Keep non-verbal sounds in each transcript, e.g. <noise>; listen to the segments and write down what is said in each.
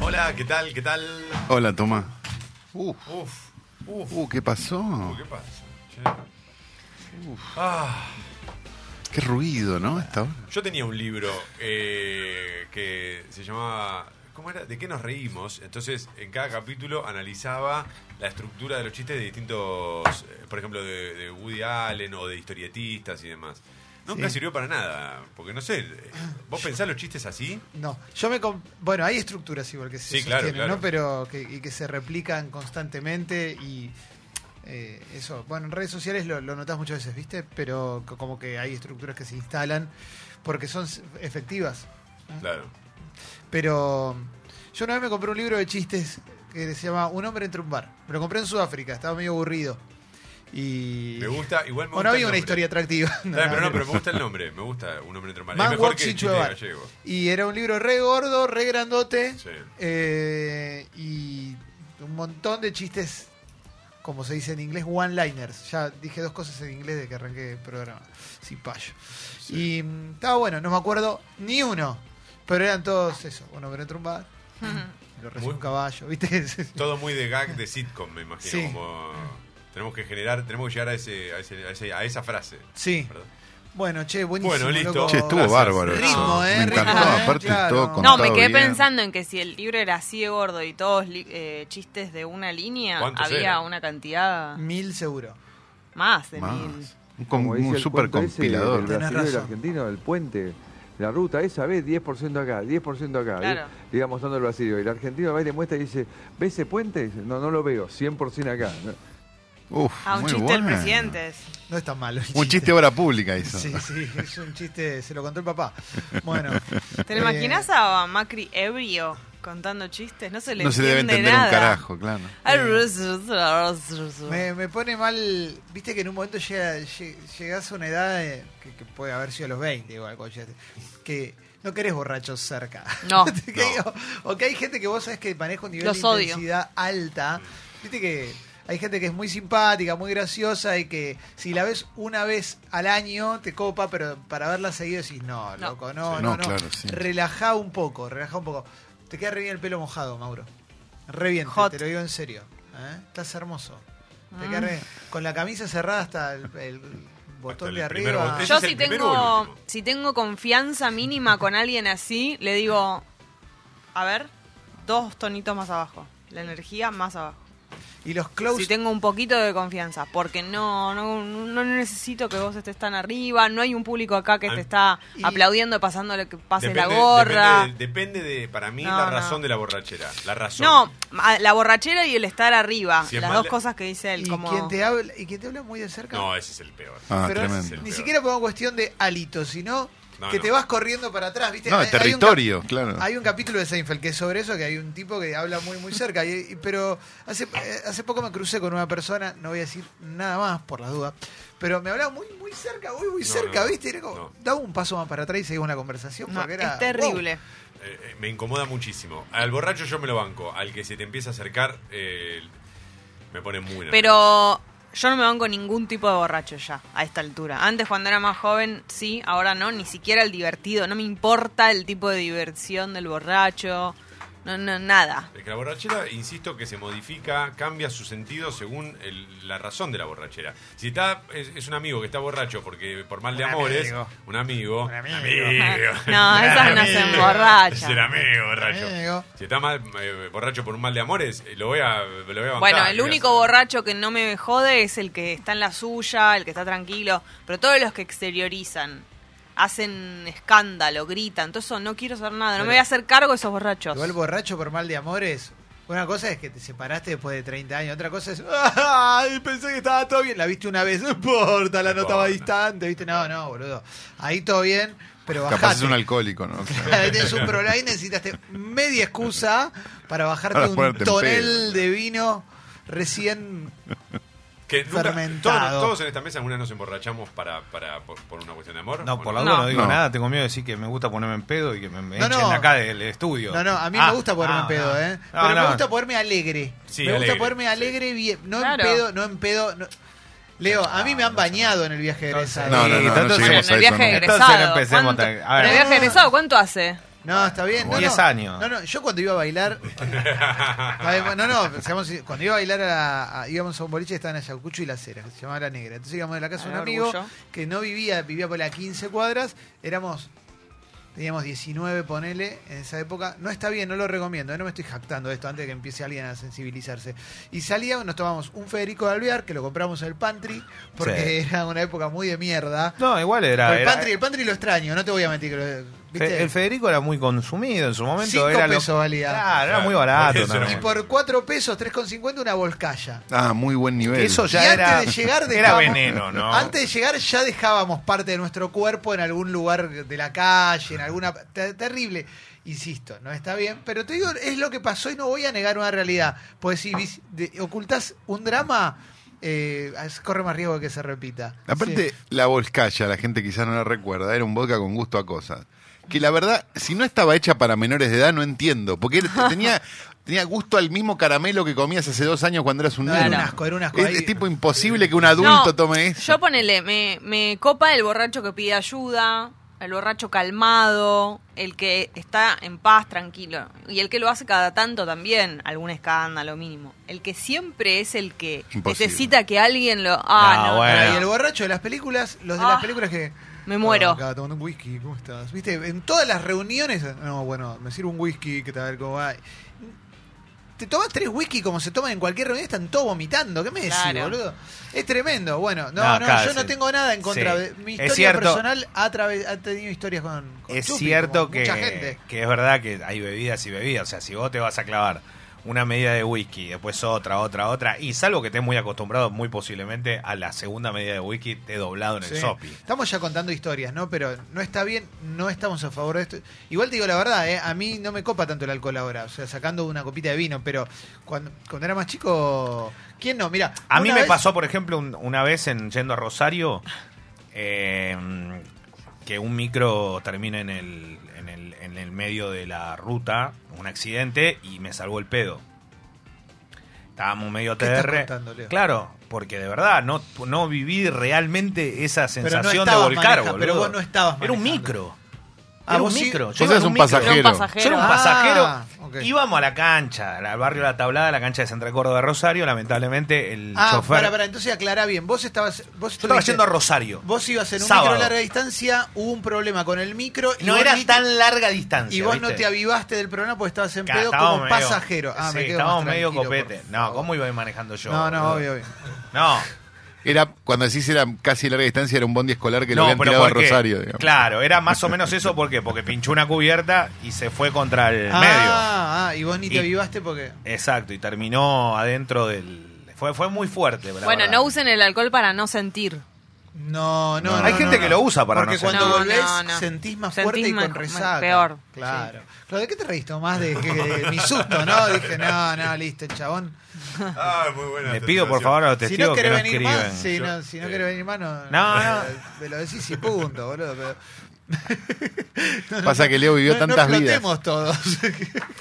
Hola, ¿qué tal? ¿Qué tal? Hola, toma. Uf, Uf, uf. uh, ¿qué pasó? ¿Qué pasa? che? Ah, Qué ruido, ¿no? Esta hora. yo tenía un libro eh, que se llamaba. ¿Cómo era? ¿De qué nos reímos? Entonces, en cada capítulo analizaba la estructura de los chistes de distintos. eh, por ejemplo, de, de Woody Allen o de historietistas y demás. Nunca Sí. sirvió para nada, porque no sé, eh, ¿vos pensás los chistes así? No, yo me... com- Bueno, hay estructuras igual que se Sí, claro, sostienen, claro. ¿no? Pero que, y que se replican constantemente y eh, eso, bueno, en redes sociales lo, lo notas muchas veces, ¿viste? Pero co- como que hay estructuras que se instalan porque son s- efectivas. Claro. Pero yo una vez me compré un libro de chistes que se llama Un hombre entre un bar. Me lo compré en Sudáfrica, estaba medio aburrido. Y... Me gusta, igual me gusta Bueno, había el una nombre. historia atractiva. <laughs> Está bien, pero no, nada. pero me gusta el nombre, me gusta un hombre entre manos. Man Es mejor Walks que el into chiste a bar. gallego. Y era un libro re gordo, re grandote. Sí. Eh, y un montón de chistes, como se dice en inglés, one-liners. Ya dije dos cosas en inglés de que arranqué el programa. Sin payo. Y mm, estaba bueno, no me acuerdo ni uno. Pero eran todos eso. Uno me tromba, <laughs> lo recibe Muy- un caballo, ¿viste? <laughs> Todo muy de gag de sitcom, me imagino. Sí. Como tenemos que generar, tenemos que llegar a, ese, a, ese- a ese- a esa frase. sí. ¿verdad? Bueno, che, buenísimo. Bueno, listo. loco. Che, estuvo Gracias. bárbaro. Oh, eso. Ritmo, eh, Me ritmo, encantó, eh, aparte claro. todo No, No, contado me quedé bien. pensando en que si el libro era así de gordo y todos li- eh, chistes de una línea, ¿Cuántos había eran? una cantidad Mil seguro. más de mil. Más. Un, con- Como dice un el super cuento ese del compilador. Tenés brasilero y el razón. argentino, el puente, la ruta, esa vez 10% acá, 10% acá. Claro. Y, y iba mostrando el brasileño. Y el argentino va y le muestra y dice, ¿ves ese puente? Dice, no, no lo veo, 100% acá. ¿no? Uf, Ah, un muy chiste del bueno. presidente. No es tan malo. el Un chiste obra pública hizo. Sí, sí, es un chiste, se lo contó el papá. <laughs> Bueno. ¿Te eh, lo imaginas a Macri ebrio contando chistes? No se le No se le debe entiende entender nada. un carajo, Eh. claro. Me, me pone mal, viste que en un momento llega, lle- llegás a una edad eh, que, que puede haber sido a los 20 o algo, ya- que no querés borrachos cerca. No. <laughs> <laughs> Que hay- O, o que hay gente que vos sabés que maneja un nivel Los de odio. intensidad alta. Viste que hay gente que es muy simpática, muy graciosa y que si la ves una vez al año te copa, pero para verla seguido decís, no, No. loco, no, Sí. no, No, no. claro, sí. Relajá un poco, relajá un poco. Te queda re bien el pelo mojado, Mauro. Re bien, te- Hot. te lo digo en serio. ¿eh? Estás hermoso. Te Mm. queda re- Con la camisa cerrada hasta el, el botón el de primer arriba. botón. Yo es el si primero o el tengo, último? si tengo confianza mínima con alguien así, le digo, a ver, dos tonitos más abajo. La energía más abajo. Y los close. Si tengo un poquito de confianza, porque no, no, no necesito que vos estés tan arriba, no hay un público acá que Ah, te está y- aplaudiendo, pasando lo que pase Depende- la gorra. Depende, de, depende de, para mí, No, la no. razón de la borrachera. La razón. No, ma- la borrachera y el estar arriba, Si es las mal- dos cosas que dice él, y, como quien te habla, y quien te habla muy de cerca. No, ese es el peor. Ah, pero tremendo. el ni peor. siquiera por una cuestión de alito, sino No, que no. te vas corriendo para atrás, ¿viste? No, el Hay- hay un cap- territorio, claro. Hay un capítulo de Seinfeld que es sobre eso, que hay un tipo que habla muy muy cerca. y- y- pero hace, eh, hace poco me crucé con una persona, no voy a decir nada más por las dudas, pero me hablaba muy muy cerca, muy muy No, cerca, no, ¿viste? Era como, no. daba un paso más para atrás y seguimos la conversación. No, porque era, es terrible. Eh, eh, me incomoda muchísimo. Al borracho yo me lo banco. Al que se te empieza a acercar, eh, me pone muy nervioso. Pero yo no me banco ningún tipo de borracho ya, a esta altura. Antes cuando era más joven, sí, ahora no, ni siquiera el divertido, no me importa el tipo de diversión del borracho, no, no, nada. Es que la borrachera, insisto, que se modifica, cambia su sentido según el- la razón de la borrachera. Si está es, es un amigo que está borracho porque por mal de Un amores, amigo. un amigo, Un amigo. No, esas no se emborrachan. Es el amigo borracho. Amigo. Si está mal, eh, borracho por un mal de amores, eh, lo voy a, lo voy a bancar, Bueno, ¿qué el voy a único hacer? borracho que no me jode es el que está en la suya, el que está tranquilo, pero todos los que exteriorizan, hacen escándalo, gritan, todo eso, no quiero saber nada, no me voy a hacer cargo de esos borrachos. Igual borracho por mal de amores. Una cosa es que te separaste después de 30 años, otra cosa es, ay, pensé que estaba todo bien, la viste una vez, no importa, la No notaba importa. distante, viste, no, no, boludo. Ahí todo bien, pero bajate. Capaz es un alcohólico, ¿no? <laughs> Ahí tenés un problema ahí necesitaste media excusa para bajarte Para un ponerte en tonel pedo. de vino recién. Que nunca- fermentado. Todos, todos en esta mesa alguna nos emborrachamos para, para, por, por una cuestión de amor. ¿o No, por la No. duda no digo No. nada, tengo miedo de decir que me gusta ponerme en pedo y que me, me No, echen no. de acá del estudio. No, no, a mí Ah, me gusta ponerme en pedo, ah, ¿eh? no, Pero me no. gusta ponerme alegre. Sí, me gusta alegre, ponerme sí. alegre bien. No Claro. en pedo, no en pedo. no- Leo, a mí me Ah, han bañado en el viaje de Entonces- No, egresado. no, no, no Entonces- Bueno, lleguemos en a el eso viaje de nunca. Entonces egresado. no empecemos ¿cuánto- tan- a ver. ¿En el viaje de egresado cuánto hace? No, está bien. no, 10 no. años. No, no, yo cuando iba a bailar. A ver, bueno, no, no, seamos- cuando iba a bailar a, a- íbamos a un boliche que estaba en Ayacucho y la Cera, que se llamaba La Negra. Entonces íbamos de la casa de Al un amigo orgullo. que no vivía, vivía por las 15 cuadras, éramos. Teníamos 19, ponele, en esa época. No está bien, no lo recomiendo, eh, no me estoy jactando de esto antes de que empiece alguien a sensibilizarse. Y salíamos, nos tomamos un Federico de Alvear, que lo compramos en el Pantry, porque <laughs> era una época muy de mierda. No, igual era. el, era- pantry, el Pantry lo extraño, no te voy a mentir. que lo- ¿viste? Fe- El Federico era muy consumido en su momento. Cinco era pesos valía. Claro, era Claro, muy barato. eso era también. Y por 4 pesos, 3,50 una volcaya. Ah, muy buen nivel. Eso y ya antes era. de llegar era dejábamos- veneno, ¿no? Antes de llegar ya dejábamos parte de nuestro cuerpo en algún lugar de la calle, en alguna... te- terrible. Insisto, no está bien, pero te digo, es lo que pasó y no voy a negar una realidad. Pues si vis- de- ocultás un drama, eh, es- corre más riesgo de que se repita. Aparte, la Volskaya, la gente quizás no la recuerda, era un vodka con gusto a cosas. Que la verdad, si no estaba hecha para menores de edad, no entiendo. Porque era- <laughs> tenía, tenía gusto al mismo caramelo que comías hace dos años cuando eras un No, niño. era un asco, era un asco. Es, Ahí- es tipo imposible que un adulto tome eso. Yo ponele, me, me copa el borracho que pide ayuda, el borracho calmado, el que está en paz, tranquilo. Y el que lo hace cada tanto también, algún escándalo mínimo. El que siempre es el que Imposible. necesita que alguien lo. Ah, No, no, bueno. Pará, Y el borracho de las películas, los de Ah, las películas que. me muero. Ah, acá tomando un whisky, ¿cómo estás? ¿Viste? En todas las reuniones. No, bueno, me sirve un whisky, ¿qué tal? ¿Cómo va? Te tomas tres whisky como se toman en cualquier reunión, están todos vomitando. ¿Qué me decís, Claro. boludo? Es tremendo. Bueno, no, No, no, claro, yo no sí. tengo nada en contra. Sí. de Mi Es historia cierto. personal ha, traves- ha tenido historias con. con es Chupi, cierto como que, Mucha gente. que es verdad que hay bebidas y bebidas. O sea, si vos te vas a clavar una medida de whisky, después otra, otra, otra, y salvo que estés muy acostumbrado, muy posiblemente a la segunda medida de whisky, te he doblado en el Sí. sopi. Estamos ya contando historias, ¿no? Pero no está bien, no estamos a favor de esto. Igual te digo la verdad, ¿eh? a mí no me copa tanto el alcohol ahora, o sea, sacando una copita de vino, pero cuando, cuando era más chico, ¿quién no? Mira, A mí una me vez- pasó, por ejemplo, un- una vez en yendo a Rosario, eh, que un micro termina en el, en, el, en el medio de la ruta, un accidente, y me salvó el pedo. Estábamos medio ¿Qué estás TR. contando, Leo? claro, porque de verdad no, no viví realmente esa no sensación de estabas volcar, maneja- boludo. pero vos no estabas Era un manejando. micro. Ah, Era un vos sí- micro. Yo Vos iba en eras un un micro. Era un pasajero. pasajero. Yo era un Ah, pasajero. ok. Íbamos a la cancha, al barrio La Tablada, la cancha de Central Córdoba de Rosario. Lamentablemente, el Ah, chofer. para, para, entonces aclará bien, vos estabas... Vos Yo estaba estuviste- yendo a Rosario. Vos ibas en un Sábado. micro a larga distancia, hubo un problema con el micro... y No vos era ni te- tan larga distancia. Y vos no ¿viste? te avivaste del programa porque estabas en Claro, pedo estábamos como medio- pasajero. Ah, sí, me quedo más estábamos medio tranquilo, por copete. No, favor. ¿cómo iba a ir manejando yo? No, no, boludo? obvio, obvio. No, Era, cuando decís era casi larga distancia, era un bondi escolar que lo no, habían pero tirado a ¿por qué? Rosario. digamos. Claro, era más o menos eso. ¿Por qué? Porque pinchó una cubierta y se fue contra el medio. Ah, ah, y vos ni Y- te avivaste porque... Exacto, y terminó adentro del. Fue, fue muy fuerte. la Bueno, verdad. no usen el alcohol para no sentir. No, no, No. no, Hay no, gente no. que lo usa para Porque no cuando sentir. No, volvés no, no. sentís más Sentís fuerte y más- con más resaca. peor. Claro. Claro, ¿de qué te reíste más? De, que- de mi susto, ¿no? Dije, no, no, listo, el chabón. Ah, muy buena. Le esta pido por situación. favor a Si los testigos no que querés no venir escriban. más, si Yo- no, si no eh. querés venir más, no. No, me- no. Me lo decís y punto, boludo. Pero, Pasa que Leo vivió no, tantas no vidas. explotemos <laughs> todos.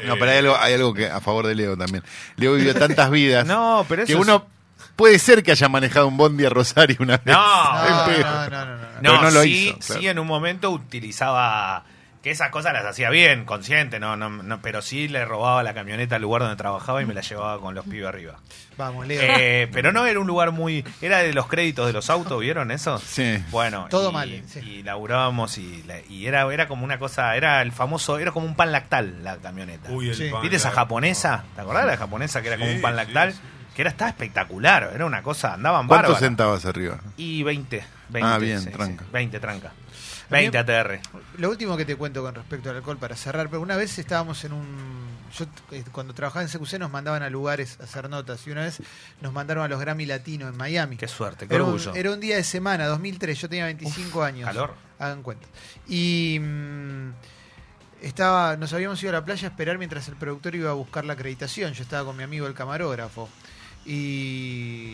No, pero hay algo, hay algo que a favor de Leo también. Leo vivió <laughs> tantas vidas No, pero eso que es- uno puede ser que haya manejado un bondi a Rosario una vez. <laughs> No. En pedo. no, no, no, no, no. No, Pero no lo sí, hizo, claro. sí, en un momento utilizaba que esas cosas las hacía bien, consciente, no, no, no, pero sí le robaba la camioneta al lugar donde trabajaba y me la llevaba con los pibes arriba. Vamos, Leo. Eh, pero no era un lugar muy, era de los créditos de los autos, ¿vieron eso? Sí. Bueno, Todo y, mal, sí. y laburábamos y, la- y era, era como una cosa, era el famoso, era como un pan lactal la camioneta. Uy, el Sí. pan, ¿Viste esa claro. japonesa? ¿Te acordás de la japonesa que era como Sí, un pan sí, lactal? sí, sí. Que era, estaba espectacular, era una cosa, andaban ¿Cuánto bárbaras. sentabas arriba? Y 20. 20 Ah, bien, tranca. 20 tranca. 20 ATR. Lo último que te cuento con respecto al alcohol para cerrar, pero una vez estábamos en un. Yo eh, cuando trabajaba en CQC nos mandaban a lugares a hacer notas y una vez nos mandaron a los Grammy Latinos en Miami. Qué suerte, qué Era un, orgullo. era un día de semana, 2003, yo tenía 25 años. calor. Hagan cuenta. Y mm, estaba, nos habíamos ido a la playa a esperar mientras el productor iba a buscar la acreditación. Yo estaba con mi amigo el camarógrafo y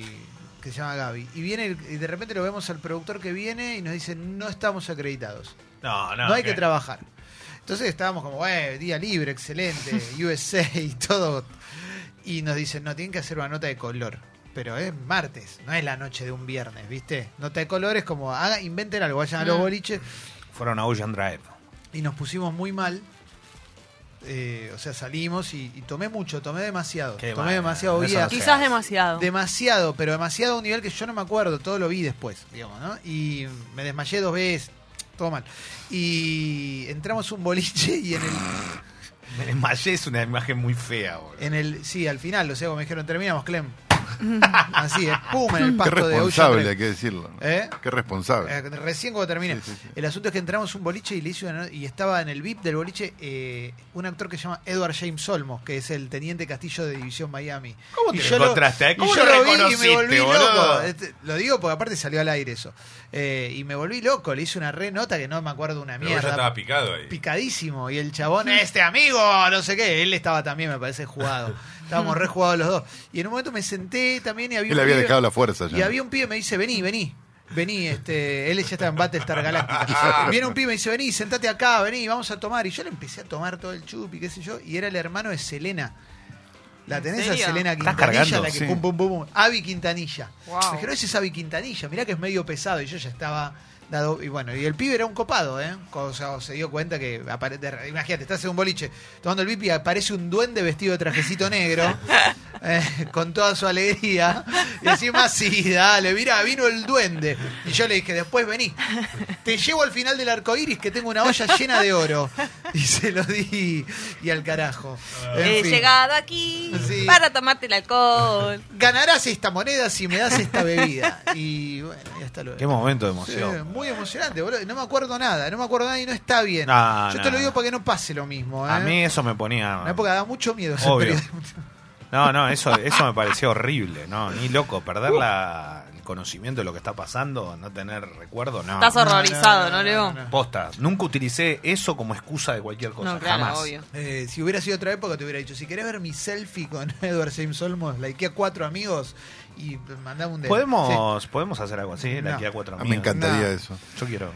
que se llama Gaby. Y viene el- y de repente lo vemos al productor que viene y nos dice no estamos acreditados No, no. no hay que trabajar. Entonces estábamos como, "Bueno, día libre, excelente, <laughs> USA y todo. Y nos dicen, no, tienen que hacer una nota de color. Pero es martes, no es la noche de un viernes, ¿viste? Nota de color es como, Ah. haga, inventen algo, vayan a los Mm. boliches. Fueron a Ocean Drive. Y nos pusimos muy mal. eh, o sea, salimos y, y tomé mucho, tomé demasiado. Qué tomé mal, demasiado eso vida. no se Quizás demasiado. Demasiado, pero demasiado a un nivel que yo no me acuerdo, todo lo vi después, digamos, ¿no? Y me desmayé dos veces, todo mal. Y entramos un boliche y en el, Me desmayé, es una imagen muy fea, boludo. en el sí, al final, o sea, como me dijeron, <laughs> terminamos, Clem. Así, es, pum, en el Qué pasto de Ocean responsable, Drive. hay que decirlo. ¿no? ¿Eh? Qué responsable. Eh, Recién cuando terminé. El asunto es que entramos un boliche y le hice una no- y estaba en el VIP del boliche eh, un actor que se llama Edward James Olmos, que es el teniente Castillo de División Miami. ¿Cómo y te yo lo lo, encontraste, eh? y ¿Cómo yo lo lo vi y me reconociste, volví boludo? loco. Este, lo digo porque aparte salió al aire eso. Eh, y me volví loco, le hice una re nota que no me acuerdo una Pero vos ya mierda. estaba picado ahí. Picadísimo. Y el chabón, este amigo, no sé qué. Él estaba también, me parece, jugado. Estábamos re jugados los dos. Y en un momento me senté también y había Él un había pibe- dejado la fuerza ya. y había un pibe que me dice, vení, vení. Vení, este, él ya está en Battlestar Galáctica. Viene un pibe y me dice, vení, sentate acá, vení, vamos a tomar. Y yo le empecé a tomar todo el chupi, qué sé yo, y era el hermano de Selena. ¿La ¿En tenés a serio? Selena ¿Estás Quintanilla? cargando? La que Sí. pum, pum, pum, pum. Avi Quintanilla. Wow. Me dijeron, ese es Avi Quintanilla, mirá que es medio pesado. Y yo ya estaba dado. Y bueno, y el pibe era un copado, ¿eh? O sea, se dio cuenta que. apare- de- Imagínate, estás en un boliche tomando el VIP y aparece un duende vestido de trajecito negro. eh, con toda su alegría. Y encima, sí, dale, mirá, vino el duende. Y yo le dije, después vení. Te llevo al final del arco iris que tengo una olla llena de oro. Y se lo di. Y al carajo. En He fin. llegado aquí Sí. para tomarte el alcohol. Ganarás esta moneda si me das esta bebida. Y bueno, y hasta luego. Qué momento de Sí, emoción. muy emocionante, boludo. No me acuerdo nada, no me acuerdo nada y no está bien. No, Yo no. te lo digo para que no pase lo mismo. ¿eh? A mí eso me En ponía. la época da mucho miedo. ese Obvio. periodo. No, no, eso, eso me pareció horrible, no, ni loco. Perder la, el conocimiento de lo que está pasando, no tener recuerdo, no. Estás horrorizado, ¿no, Leo? Posta, nunca utilicé eso como excusa de cualquier cosa, No, claro, jamás. obvio. Eh, si hubiera sido otra época, te hubiera dicho: si querés ver mi selfie con <laughs> Edward James Olmos, likeé a cuatro amigos y mandame un dedo. ¿Podemos, podemos hacer algo así, la No. aquí a cuatro Ah, me amigos. encantaría No. eso. Yo quiero.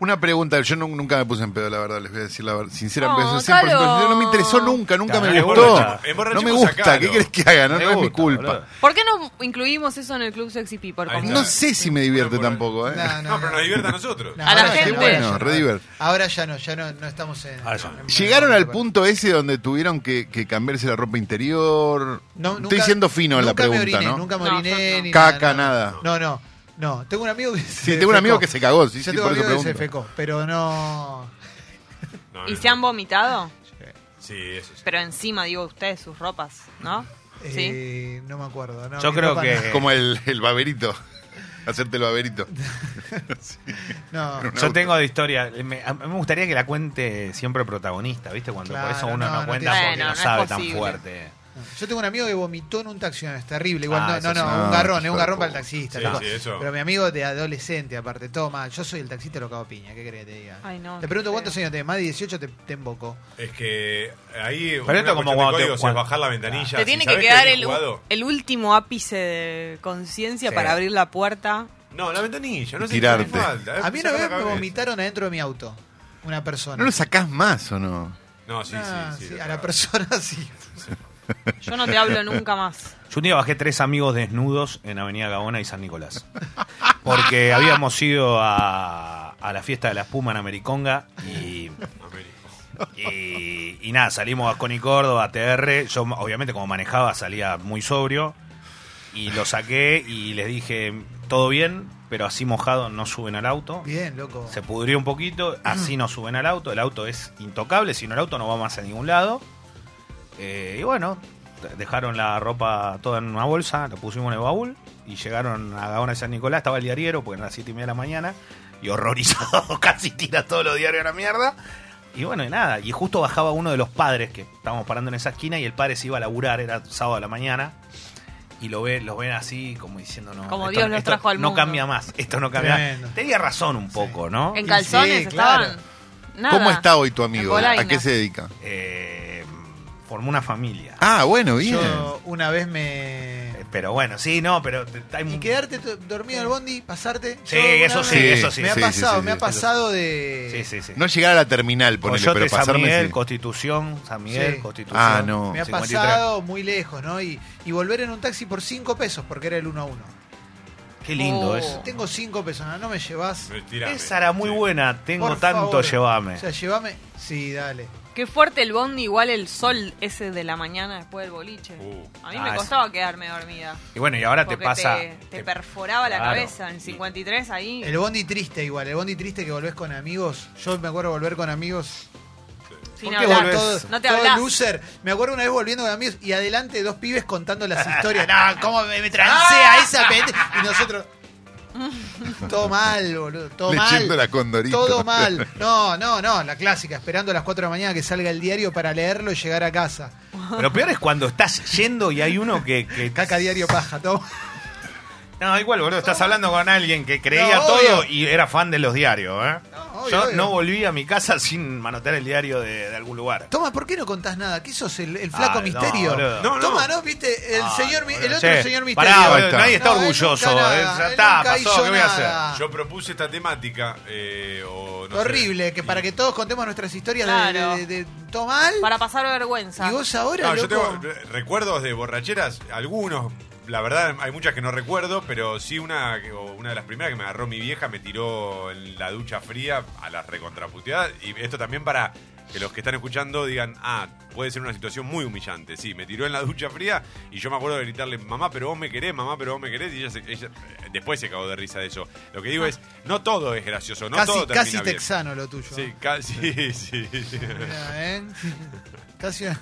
Una pregunta, yo nu- nunca me puse en pedo, la verdad, les voy a decir la verdad. Sincera, No, me puse 100% Calo. sincero, no me interesó nunca, nunca Claro, me no me gustó. gusta. No me Emborrachemos a gusta, Calo. ¿qué creerés que haga? No, Me no es mi gusta, boludo. culpa. ¿Por qué no incluimos eso en el Club Sexy People? Ahí Como- está. No sé si me divierte tampoco, ¿eh? No, no, No, pero nos divierte a nosotros. No, A la ahora ya Qué gente. no, bueno, ahora ya no. re diver- Ahora ya no, ya no, no estamos en. Ahora ya no. en- Llegaron al en- punto ese donde tuvieron que, que cambiarse la ropa interior. No, nunca- Estoy siendo fino en la nunca me pregunta, oriné, ¿no? Nunca me No, oriné, yo no. ni Caca, nada, nada. No, no, no. Tengo un amigo que se Sí, tengo un amigo que se cagó, sí, Yo sí, tengo por un eso amigo que se pregunto. fecó, pero no... No, no, ¿Y se han vomitado? Sí, eso sí. Pero encima, digo, ustedes, sus ropas, ¿no? Sí. eh, no me acuerdo. no, Yo mi creo papá que- <laughs> Como el, el baberito. Hacerte el baberito. <laughs> No, no. Yo tengo de historia, me, a mí me gustaría que la cuente siempre protagonista, ¿viste? Cuando Claro, por eso uno no, no, no cuenta tiene- porque Bueno, no, no es sabe tan posible. fuerte. Yo tengo un amigo que vomitó en un taxi, no, es terrible. Igual, Ah, no, eso no, sí. no, No, un garrón, es hijo un de garrón para el puta. taxista. Sí, loco. sí, eso. Pero mi amigo de adolescente, aparte, todo mal. Yo soy el taxista, lo cago a piña, ¿qué querés que te diga? Ay, no, te pregunto qué cuántos feo. años tenés, más de 18 te, te embocó. Es que ahí. Pero esto como cuando te- es cuando- bajar la ventanilla. Te Si tiene que sabés quedar venís el, jugado- el último ápice de conciencia Sí. para abrir la puerta. No, la ventanilla, no sé Tirarte. qué hace falta. A mí una sacar vez Eh, la me cabeza. vomitaron adentro de mi auto, una persona. ¿No lo sacás más o no? No, sí, Ah, sí, sí. sí, a la persona <laughs> sí. <laughs> Yo no te hablo nunca más. Yo un día bajé tres amigos desnudos en Avenida Gabona y San Nicolás. <laughs> Porque habíamos ido a, a la fiesta de la espuma en Americonga y, Américo. y, y nada, salimos a Coni Córdoba, TR. Yo, obviamente, como manejaba, salía muy sobrio. Y lo saqué y les dije, todo bien, pero así mojado no suben al auto. Bien, loco. Se pudrió un poquito, así no suben al auto, el auto es intocable, si no el auto no va más a ningún lado. Eh, y bueno, t- dejaron la ropa toda en una bolsa, la pusimos en el baúl y llegaron a Gaona de San Nicolás, estaba el diariero, porque eran las 7 y media de la mañana, y horrorizado, <laughs> casi tira todos los diarios a la mierda. Y bueno, y nada, y justo bajaba uno de los padres que estábamos parando en esa esquina y el padre se iba a laburar, era sábado a la mañana. Y lo ve, los ven así, como diciendo, no. Como Dios los trajo al no mundo. cambia más, esto no cambia Tremendo. más. Tenía razón un poco, ¿no? En Sí, calzones claro. estaban. Nada. ¿Cómo está hoy tu amigo? En Bolaina. ¿A qué se dedica? Eh, formó una familia. Ah, bueno, bien. Yo una vez me... Eh, Pero bueno, sí, no, pero te- hay Y un- quedarte to- dormido en el bondi, pasarte. Sí, Yo alguna eso vez sí, eso sí. Me ha Sí, sí, pasado, sí, sí, me ha sí. pasado de. Sí, sí, sí. No llegar a la terminal, ponele, Coyote, pero San pasarme. Miguel, sí. Constitución, San Miguel, Sí. Constitución. Ah, no. Me ha 53. pasado muy lejos, ¿no? Y, y volver en un taxi por 5 pesos, porque era el 1 a 1. Qué lindo Oh. eso. Tengo cinco personas, no me llevas. Tirame. Esa era muy Sí. buena. Tengo Por tanto, favor. llévame. O sea, llévame. Sí, dale. Qué fuerte el bondi, igual el sol ese de la mañana después del boliche. Uh. A mí Ah, me es- costaba quedarme dormida. Y bueno, y ahora te porque pasa. Te, te perforaba la Claro. cabeza en 53 ahí. El bondi triste igual, el bondi triste que volvés con amigos. Yo me acuerdo volver con amigos. sin ¿por qué hablar. volvés? Todo, no te todo hablás. loser. Me acuerdo una vez volviendo con amigos y adelante dos pibes contando las <laughs> historias. No, Ah, cómo me, me Ah. transea esa pete. Y nosotros. Todo mal, boludo. Todo Leyendo mal. la Condorito. Todo mal. No, no, no. La clásica, esperando a las 4 de la mañana que salga el diario para leerlo y llegar a casa. Pero peor es cuando estás yendo y hay uno que. que- Caca diario paja, todo. No, igual, boludo. Estás hablando con alguien que creía No, todo obvio. y era fan de los diarios, ¿eh? No, obvio, Yo obvio. no volví a mi casa <laughs> sin manotear el diario de, de algún lugar. Toma, ¿por qué no contás nada? ¿Qué sos el, el flaco Ah, no, misterio? boludo. No, no. Toma, ¿no? ¿Viste? El, Ah, señor, mi- boludo, el otro che, señor misterio. Pará, Ahí boludo, está. nadie está No, él nunca orgulloso. eh, nada, ya él está, nunca pasó, hizo ¿qué voy a nada. hacer? Yo propuse esta temática. eh, o no sé. Horrible, que para que todos contemos nuestras historias de- Claro. de, de- de todo mal. Para pasar vergüenza. y vos ahora, No, yo loco, tengo re- recuerdos de borracheras, algunos. La verdad, hay muchas que no recuerdo, pero sí una, que- o una de las primeras que me agarró mi vieja, me tiró en la ducha fría a la recontraputeada. Y esto también para que los que están escuchando digan, ah, puede ser una situación muy humillante. Sí, me tiró en la ducha fría y yo me acuerdo de gritarle, mamá, pero vos me querés, mamá, pero vos me querés. Y ella, se- ella- después se cagó de risa de eso. Lo que digo es, no todo es gracioso, no Ah. casi, todo termina casi bien. texano lo tuyo. Sí, casi, <laughs> sí, sí. Mirá, ¿eh? <laughs> Casi una-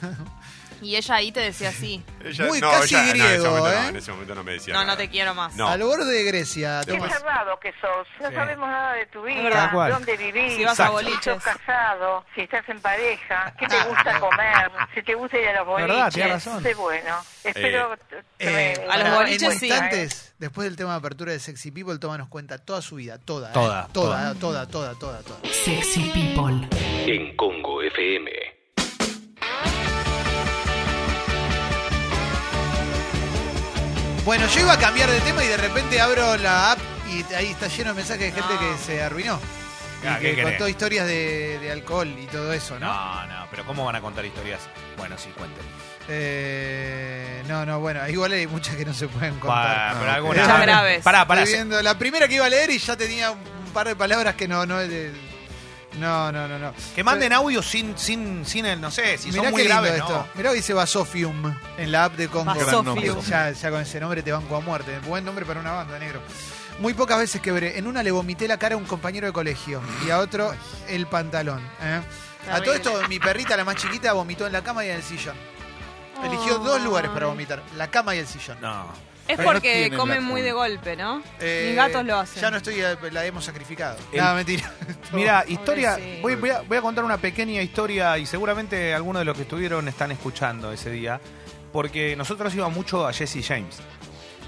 Y ella ahí te <laughs> decía así. Ella- Muy no, casi ella- no, en ese griego, momento ¿eh? no, en ese momento no me decía No, no nada. te quiero más. No. Al borde de Grecia, Sí. Qué Tomás. cerrado que sos. No Sí. sabemos nada de tu Es verdad. vida, Tal cual. dónde vivís, Si vas a si boliches. Ah. estás casado, si estás en pareja, qué te gusta comer, si te gusta ir a los Verdad, boliches. tenés razón. Qué bueno. Espero... te- Eh, te- A los pará, boliches en sí. ¿eh? instantes, después del tema de apertura de Sexy People, Tomás nos cuenta toda su vida, toda. ¿eh? Toda, toda, toda, toda, toda, toda. Sexy People. En Congo FM. Bueno, yo iba a cambiar de tema y de repente abro la app y ahí está lleno de mensajes de gente No. que se arruinó. Y Ah, ¿qué que querés? contó historias de, de alcohol y todo eso, ¿no? No, no, pero ¿cómo van a contar historias? Bueno, sí, cuenten. Eh, no, no, bueno, igual hay muchas que no se pueden Pa- contar. pero no, algunas- Muchas graves. Pará, pará. Ah, Estoy viendo la primera que iba a leer y ya tenía un par de palabras que no, no es de- No, no, no, no. Que manden audio sin, sin, sin el, no sé, si son muy lindo graves, esto. ¿no? Mirá que dice Basofium en la app de Congo. Basofium. Ya, ya con ese nombre te banco a muerte. Buen nombre para una banda, negro. Muy pocas veces quebré. En una le vomité la cara a un compañero de colegio y a otro el pantalón. ¿eh? A todo esto, mi perrita, la más chiquita, vomitó en la cama y en el sillón. Oh, Eligió dos lugares para vomitar, la cama y el sillón. No. Es Pero no porque tienen la comen muy culpa. de golpe, ¿no? Eh, Mis gatos lo hacen. Ya no estoy, eh, la hemos sacrificado. El- Nada, mentira. <laughs> Mira, historia. Pobrecito. Voy, voy a, voy a contar una pequeña historia y seguramente algunos de los que estuvieron están escuchando ese día. Porque nosotros íbamos mucho a Jesse James.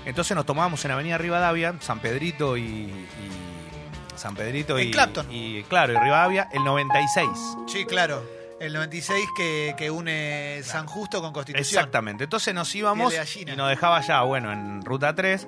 Entonces nos tomábamos en Avenida Rivadavia, San Pedrito y. y- San Pedrito En y. Clapton. Y claro, y Rivadavia, el 96. Sí, claro. El 96 que, que une San Justo con Constitución. Exactamente. Entonces nos íbamos Piel de gallina. y nos dejaba ya, bueno, en ruta 3.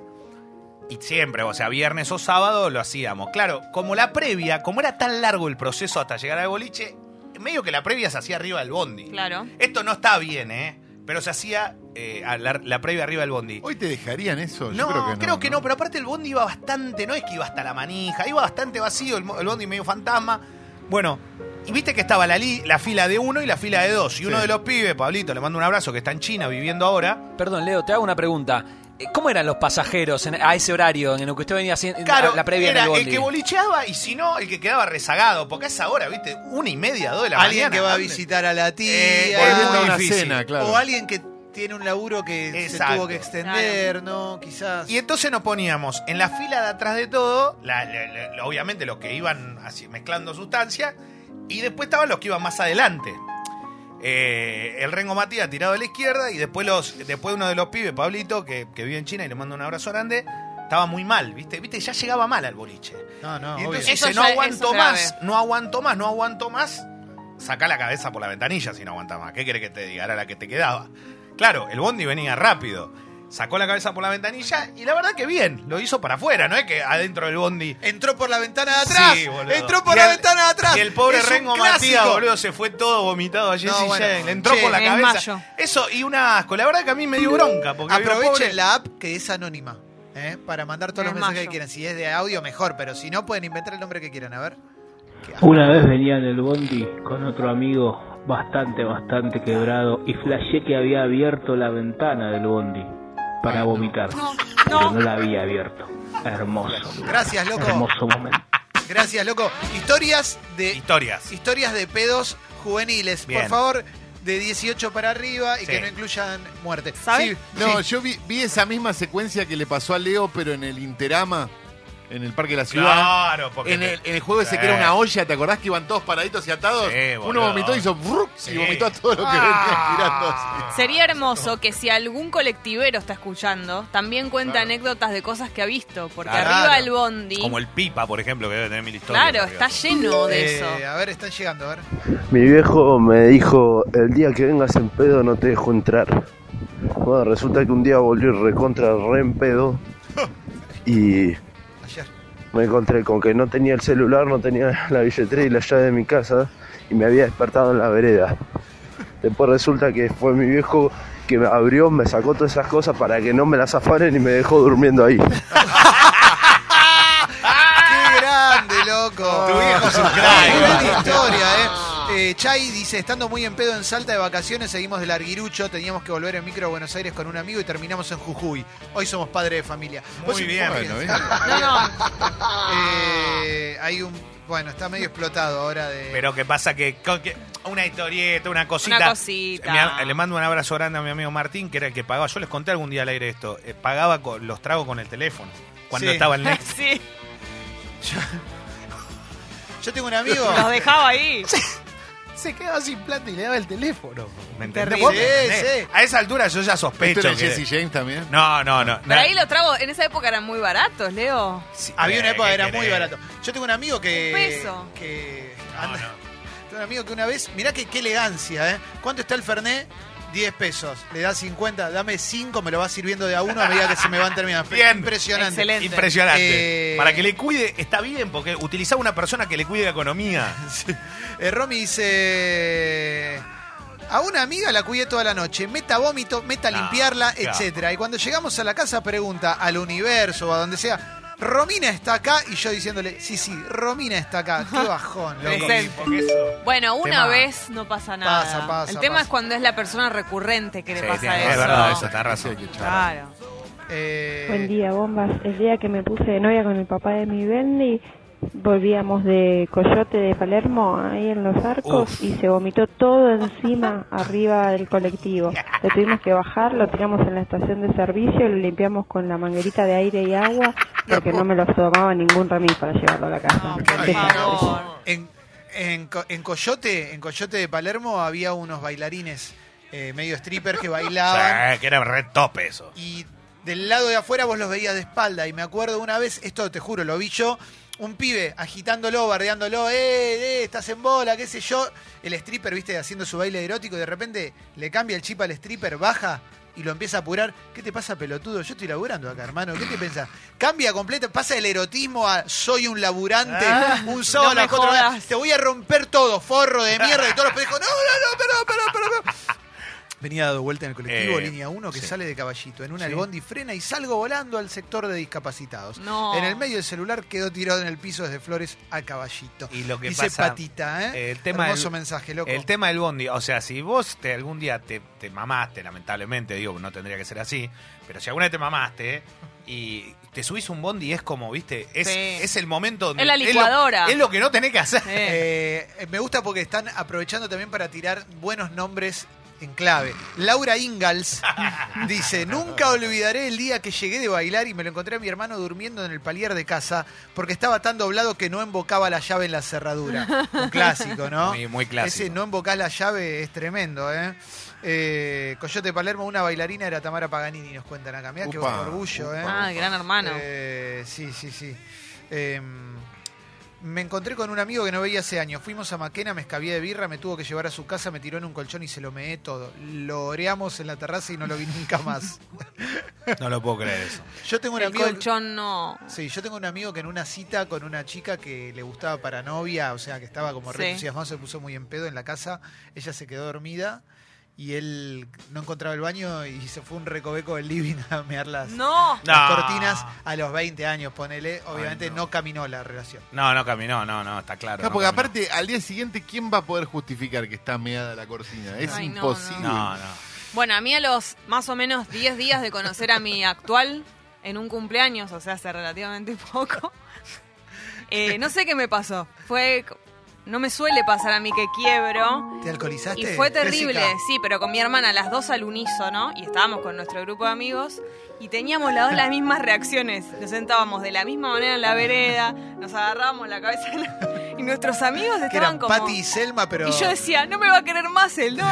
Y siempre, o sea, viernes o sábado lo hacíamos. Claro, como la previa, como era tan largo el proceso hasta llegar al boliche, medio que la previa se hacía arriba del bondi. Claro. Esto no está bien, ¿eh? Pero se hacía eh, a la, la previa arriba del bondi. <laughs> Hoy te dejarían eso. Yo No, creo que no. pero aparte el bondi iba bastante, no es que iba hasta la manija, iba bastante vacío, el, mo- el bondi medio fantasma. Bueno, y viste que estaba la, li- la fila de uno y la fila de dos. Y uno Sí. de los pibes, Pablito, le mando un abrazo, que está en China viviendo ahora. Perdón, Leo, te hago una pregunta. Eh, ¿Cómo eran los pasajeros en- a ese horario en lo que usted venía haciendo Claro, a la previa en era el bondi? el que bolicheaba y si no, el que quedaba rezagado. Porque a esa hora, viste, una y media, dos de la alguien mañana. que va a ¿dónde? visitar a la tía. Eh, Volviendo a muy una difícil. cena, claro. O alguien que tiene un laburo que se Exacto. tuvo que extender, ¿no? Quizás. Y entonces nos poníamos en la fila de atrás de todo, la- la- la- obviamente los que iban así mezclando sustancias, y después estaban los que iban más adelante. Eh, el Rengo Matías tirado a la izquierda y después los después uno de los pibes, Pablito, que, que vive en China y le mando un abrazo grande, estaba muy mal, ¿viste? ¿Viste? Ya llegaba mal al boliche. no, no, Y obvio. entonces Eso dice, no ya- aguanto eso más, grave. no aguanto más, no aguanto más. Sacá la cabeza por la ventanilla si no aguanta más. ¿Qué querés que te diga? Era la que te quedaba. Claro, el bondi venía rápido. Sacó la cabeza por la ventanilla y la verdad que bien, lo hizo para afuera, no es que adentro del bondi. Entró por la ventana de atrás. Sí, boludo. entró por Y la el- ventana de atrás. Y el pobre Es un Rengo clásico. Matías, boludo, se fue todo vomitado a Jesse No, bueno, James. Le entró che, por la me cabeza. desmayo. Eso y una asco. La verdad que a mí me dio bronca. Porque digo, Aprovechen pobre- la app que es anónima. ¿eh? ¿eh? para mandar todos los En mensajes mayo. que quieran. Si es de audio, mejor, pero si no, pueden inventar el nombre que quieran. A ver. ¿Qué hago? Una vez venía en el bondi con otro amigo bastante, bastante quebrado y flashé que había abierto la ventana del bondi para vomitar, pero no la había abierto. Hermoso, Gracias, loco. hermoso momento. Gracias, loco. Historias de Historias. historias de pedos juveniles. Bien. Por favor, de 18 para arriba y Sí. que no incluyan muerte. ¿Sabes? Sí, No, sí. yo vi, vi esa misma secuencia que le pasó a Leo, pero en el Interama, en el Parque de la Ciudad. Claro, porque. En te- el, en el juego ese Sí. que era una olla, ¿te acordás que iban todos paraditos y atados? Sí, boludo. Uno vomitó y hizo brrr, Sí. y vomitó a todo lo que venía girando así. Sería hermoso que si algún colectivero está escuchando, también cuenta anécdotas de cosas que ha visto, porque Claro. arriba del bondi, Como el Pipa, por ejemplo, que debe tener mil historias. claro, arriba. está lleno de eso. Eh, a ver, están llegando, a ver. Mi viejo me dijo, el día que vengas en pedo no te dejo entrar. Bueno, resulta que un día volví recontra re en pedo y Ayer. me encontré con que no tenía el celular, no tenía la billetera y la llave de mi casa y me había despertado en la vereda. Después resulta que fue mi viejo que me abrió, me sacó todas esas cosas para que no me las afaren y me dejó durmiendo ahí. ¡Qué grande, loco! <laughs> Tu viejo es un Qué crack. gran historia, ¿eh? Eh, Chay dice, estando muy en pedo en Salta de vacaciones, seguimos del Arguirucho, teníamos que volver en micro a Buenos Aires con un amigo y terminamos en Jujuy. Hoy somos padres de familia. Vos Muy im- bien. Bueno, ¿viste? No, no, Eh, hay un... Bueno, está medio explotado ahora de... Pero que pasa que, con que- una historieta, una cosita. Una cosita. Mi a- le mando un abrazo grande a mi amigo Martín, que era el que pagaba. Yo les conté algún día al aire esto. eh, pagaba con- los tragos con el teléfono. Cuando Sí. estaba el <laughs> <laughs> Next. sí, Yo tengo un amigo... los dejaba ahí. Se quedaba sin plata y le daba el teléfono. ¿Me Terrible. entendés? ¿Vos me Sí, entendés? sí. A esa altura yo ya sospecho. ¿Esto Este era que- Jesse James también? No, no, no. Pero Na- ahí los tragos en esa época eran muy baratos, Leo. Sí, Había una eh, época que era ¿qué muy querés? barato. Yo tengo un amigo que... Un peso. Que... No, anda- no. <laughs> Tengo un amigo que una vez, mirá que qué elegancia, ¿eh? ¿Cuánto está el Fernet? 10 pesos. Le da 50, dame 5, me lo va sirviendo de a uno a medida que se me van terminando. Bien. Impresionante. Excelente. Impresionante. Eh, Para que le cuide, está bien, porque utilizaba una persona que le cuide la economía. Eh, Romy dice. A una amiga la cuidé toda la noche, meta vómito, meta No, limpiarla, claro. etcétera. Y cuando llegamos a la casa pregunta al universo o a donde sea, Romina está acá y yo diciéndole, sí, sí, Romina está acá. Qué bajón, loco. Excelente. porque eso. Bueno, una Tema- vez no pasa nada. Pasa, pasa, el tema pasa. es cuando es la persona recurrente que le Sí, pasa tiene- eso. es verdad, eso, tenés razón. Claro. Eh, Buen día, bombas. El día que me puse de novia con el papá de mi Bendy, volvíamos de Coyote de Palermo, ahí en los arcos, Uf. y se vomitó todo encima, arriba del colectivo. Lo tuvimos que bajar, lo tiramos en la estación de servicio, lo limpiamos con la manguerita de aire y agua, porque no me lo tomaba ningún remis para llevarlo a la casa. No, por favor. En, en, Co- en Coyote, en Coyote de Palermo había unos bailarines eh, medio stripper que bailaban Sí, que era re top eso. y del lado de afuera vos los veías de espalda. Y me acuerdo una vez, esto te juro, lo vi yo, un pibe agitándolo, bardeándolo, eh, eh, estás en bola, qué sé yo. El stripper, viste, haciendo su baile erótico y de repente le cambia el chip al stripper, baja. Y lo empieza a apurar. ¿Qué te pasa, pelotudo? Yo estoy laburando acá, hermano. ¿Qué te pensás? Cambia completo. Pasa del erotismo a soy un laburante. un sábado Ah, no a las me cuatro de la- jodas. Te voy a romper todo, forro de mierda. Y todos los pendejos. No, no, no, perdón, perdón, perdón. perdón". Venía dado vuelta en el colectivo, Eh, línea 1, que sí. sale de caballito. En un albondi frena y salgo volando al sector de discapacitados. No. En el medio del celular quedó tirado en el piso desde Flores a caballito. Y lo que Dice pasa, patita, ¿eh? el tema Hermoso del- mensaje, loco. El tema del bondi, o sea, si vos te, algún día te, te mamaste, lamentablemente, digo, no tendría que ser así, pero si alguna vez te mamaste y te subís un bondi y es como, viste, es, Sí. es el momento donde... Es la lo- licuadora. Es lo, que no tenés que hacer. Sí. Eh, me gusta porque están aprovechando también para tirar buenos nombres en clave. Laura Ingalls dice, nunca olvidaré el día que llegué de bailar y me lo encontré a mi hermano durmiendo en el palier de casa porque estaba tan doblado que no embocaba la llave en la cerradura. Un clásico, ¿no? Muy- muy clásico. Ese no embocás la llave es tremendo, ¿eh? Eh, Coyote Palermo, una bailarina era Tamara Paganini, nos cuentan acá. Mirá qué Upa, orgullo, ¿eh? Ah, gran hermano. Eh, sí, sí, sí. Eh, me encontré con un amigo que no veía hace años. Fuimos a Maquena, me escabié de birra, me tuvo que llevar a su casa, me tiró en un colchón y se lo meé todo. Lo oreamos en la terraza y no lo vi nunca más. <laughs> <laughs> No lo puedo creer eso. Yo tengo un el amigo. colchón no. Sí, yo tengo un amigo que en una cita con una chica que le gustaba para novia, o sea, que estaba como re Sí. entusiasmado, se puso muy en pedo en la casa, ella se quedó dormida y él no encontraba el baño y se fue a un recoveco del living a mear las, No. las No. cortinas a los 20 años, ponele. Obviamente no. caminó la relación. No, no caminó, no, no, está claro. No, no porque caminó. aparte, al día siguiente, ¿quién va a poder justificar que está meada la cortina? Es Ay, no, imposible. No, no. Bueno, a mí a los más o menos 10 días de conocer <laughs> a mi actual en un cumpleaños, o sea, hace relativamente poco, eh, no sé qué me pasó. Fue. No me suele pasar a mí que quiebro. ¿Te alcoholizaste? Y fue terrible, Jessica? sí, pero con mi hermana, las dos al unísono, y estábamos con nuestro grupo de amigos, y teníamos las dos las mismas reacciones. Nos sentábamos de la misma manera en la vereda, nos agarrábamos la cabeza, en la- y nuestros amigos Que estaban eran como... Patty y Selma, pero. Y yo decía, no me va a querer más el no. <laughs>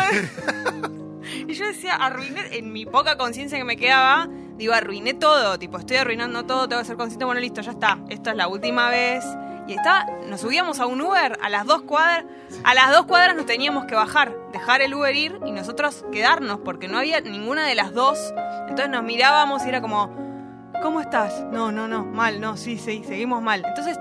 y yo decía, arruiné, en mi poca conciencia que me quedaba, digo, arruiné todo, tipo, estoy arruinando todo, tengo que ser consciente, bueno, listo, ya está, esta es la última vez. Y está, nos subíamos a un Uber a las dos cuadras, a las dos cuadras nos teníamos que bajar, dejar el Uber ir y nosotros quedarnos, porque no había ninguna de las dos. Entonces nos mirábamos y era como, ¿cómo estás? No, no, no, mal, no, sí, sí, seguimos mal. Entonces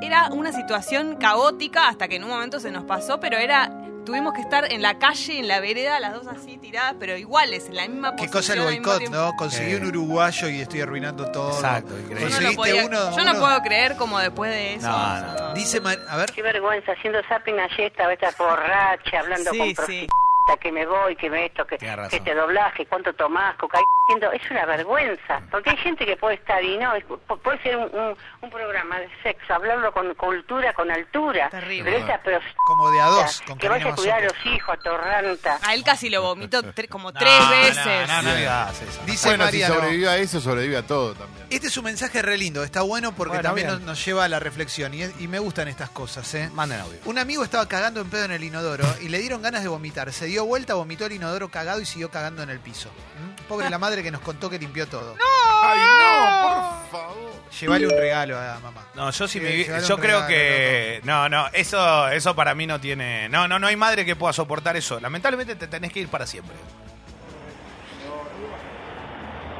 era una situación caótica hasta que en un momento se nos pasó, pero era tuvimos que estar en la calle, en la vereda, las dos así tiradas, pero iguales, en la misma Qué posición. cosa el al mismo boicot, tiempo. ¿no? Conseguí Eh. un uruguayo y estoy arruinando todo. Exacto, increíble. Yo no, lo Conseguiste podía- uno- yo no uno- puedo creer como después de eso. No, no, no. Dice, Mar- a ver. Qué vergüenza, haciendo zapping allí estaba esta borracha, hablando Sí, con sí. prostituta, que me voy, que me esto, que, Tenés razón. que te doblaje, cuánto tomás, cocaína. Diciendo, Es una vergüenza, porque hay gente que puede estar y no, es- pu- puede ser un, un- un programa de sexo, hablarlo con cultura, con altura. Terrible. Pero esa prostituta, Como de a dos, con que Karina vaya a cuidar a Mazoco. los hijos, atorranta. A él casi lo vomitó tre- <laughs> como tres veces. <laughs> No, no, no digas eso. Dice Bueno, Mariano. si sobrevivió a eso, sobrevive a todo también. Este es un mensaje re lindo, está bueno porque Bueno, también bien. nos, nos lleva a la reflexión y, es- y me gustan estas cosas, ¿eh? Manden audio. Un amigo estaba cagando en pedo en el inodoro y le dieron ganas de vomitar. Se dio vuelta, vomitó el inodoro cagado y siguió cagando en el piso. ¿Mm? Pobre la madre que nos contó que limpió todo. ¡Ay, no! ¡Por favor! Llévale un regalo a mamá. No, yo sí Sí, me vi- llevar un yo creo regalo, que no, no, eso eso para mí no tiene, no, no, no hay madre que pueda soportar eso. Lamentablemente te tenés que ir para siempre.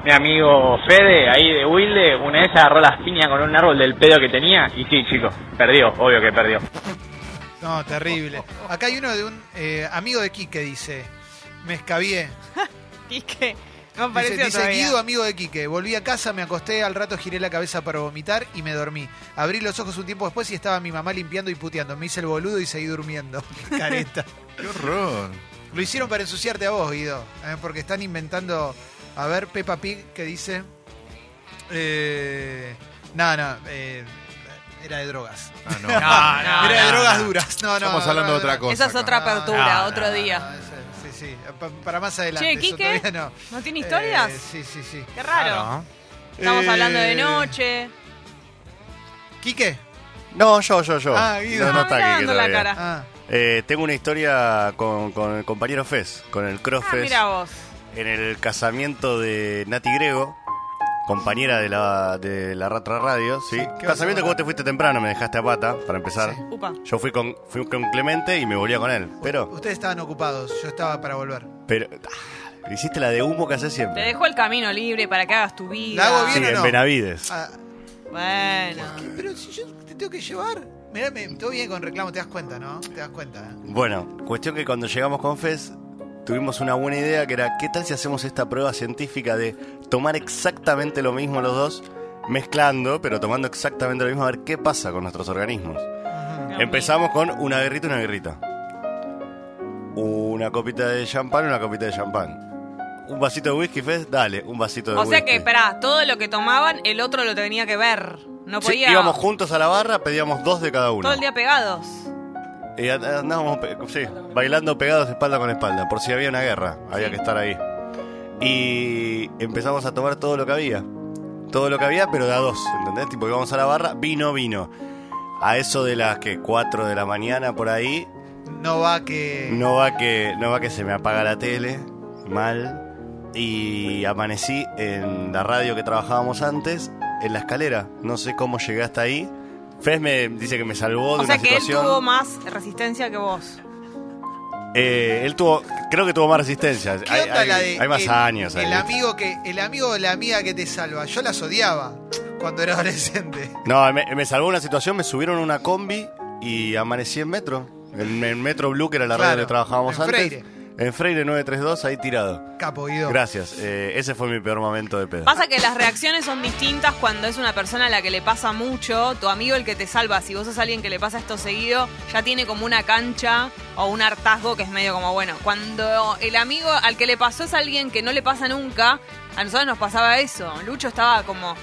Mi amigo Fede, ahí de Wilde, una vez agarró las piñas con un árbol del pedo que tenía y sí, chicos, perdió, obvio que perdió. No, terrible. Acá hay uno de un eh, amigo de Quique, dice. Me escabié. Quique, no Dice, apareció dice, todavía. Guido, amigo de Quique. Volví a casa, me acosté, al rato giré la cabeza para vomitar y me dormí. Abrí los ojos un tiempo después y estaba mi mamá limpiando y puteando. Me hice el boludo y seguí durmiendo. Careta. ¡Qué horror! Lo hicieron para ensuciarte a vos, Guido. ¿eh? porque están inventando. A ver, Peppa Pig que dice. Eh, no, no. eh, era de drogas. Ah, no. No, era de no, drogas no. duras. No, <laughs> no. Estamos hablando de otra cosa. Esa es acá. otra No, no, apertura, no, otro no, día. No, eso- sí, sí. eh, pa- Para más adelante. Che, eso Quique, todavía no. ¿No tiene historias? Eh, sí, sí, sí. Qué raro. Claro. Estamos Eh, hablando de noche. ¿Quique? No, yo, yo, yo. Ah, Guido. No, no está Ah, aquí. que mirando la todavía. cara. Ah, Eh, tengo una historia con, con el compañero Fez, con el Cross Ah, Fez, mira vos. en el casamiento de Nati Grego, compañera de la, de la Ratra Radio. ¿sí? qué casamiento bárbaro. que vos te fuiste temprano, me dejaste a pata, para empezar. Upa. Yo fui con, fui con Clemente y me volvía con él. Pero, ustedes estaban ocupados. Yo estaba para volver. pero ah, hiciste la de humo que haces Te siempre. dejó el camino libre para que hagas tu vida. ¿La hago Sí, bien? o en no? Benavides. Ah, Bueno. ¿qué? pero si yo te tengo que llevar. Mirá, me, todo bien con reclamo, te das cuenta, ¿no? Te das cuenta. ¿eh? Bueno, cuestión que cuando llegamos con Fez tuvimos una buena idea que era, ¿qué tal si hacemos esta prueba científica de tomar exactamente lo mismo los dos, mezclando, pero tomando exactamente lo mismo, a ver qué pasa con nuestros organismos? Empezamos con una guerrita, una guerrita. Una copita de champán, una copita de champán. Un vasito de whisky, Fez, dale, un vasito de O whisky. sea que, esperá, todo lo que tomaban, el otro lo tenía que ver. No Sí, podía. íbamos juntos a la barra, pedíamos dos de cada uno. todo el día pegados. Y and- andábamos, pe- sí, bailando pegados espalda con espalda, por si había una guerra, había que estar ahí. Y empezamos a tomar todo lo que había. Todo lo que había, pero de a dos, ¿entendés? Tipo, íbamos a la barra, vino, vino. A eso de las que 4 de la mañana por ahí, No va que. no va que, no va que se me apaga la tele, mal. Y amanecí en la radio que trabajábamos antes, en la escalera. No sé cómo llegué hasta ahí. Fez me dice que me salvó de O sea una que él situación. tuvo más resistencia que vos. Eh, él tuvo, creo que tuvo más resistencia. ¿Qué Hay, onda hay- la de hay más el- años. ahí. El amigo, que, el amigo o la amiga que te salva. Yo las odiaba cuando era adolescente. No, me, me salvó una situación, me subieron a una combi y amanecí en metro. En, en Metro Blue, que era la radio Claro, donde trabajábamos en antes. Freire. En Freire 932, ahí tirado. Capo, Guido. Gracias. Eh, ese fue mi peor momento de pedo. Pasa que las reacciones son distintas cuando es una persona a la que le pasa mucho, tu amigo el que te salva, si vos sos alguien que le pasa esto seguido, ya tiene como una cancha o un hartazgo que es medio como, bueno, cuando el amigo al que le pasó es alguien que no le pasa nunca, a nosotros nos pasaba eso. Lucho estaba como,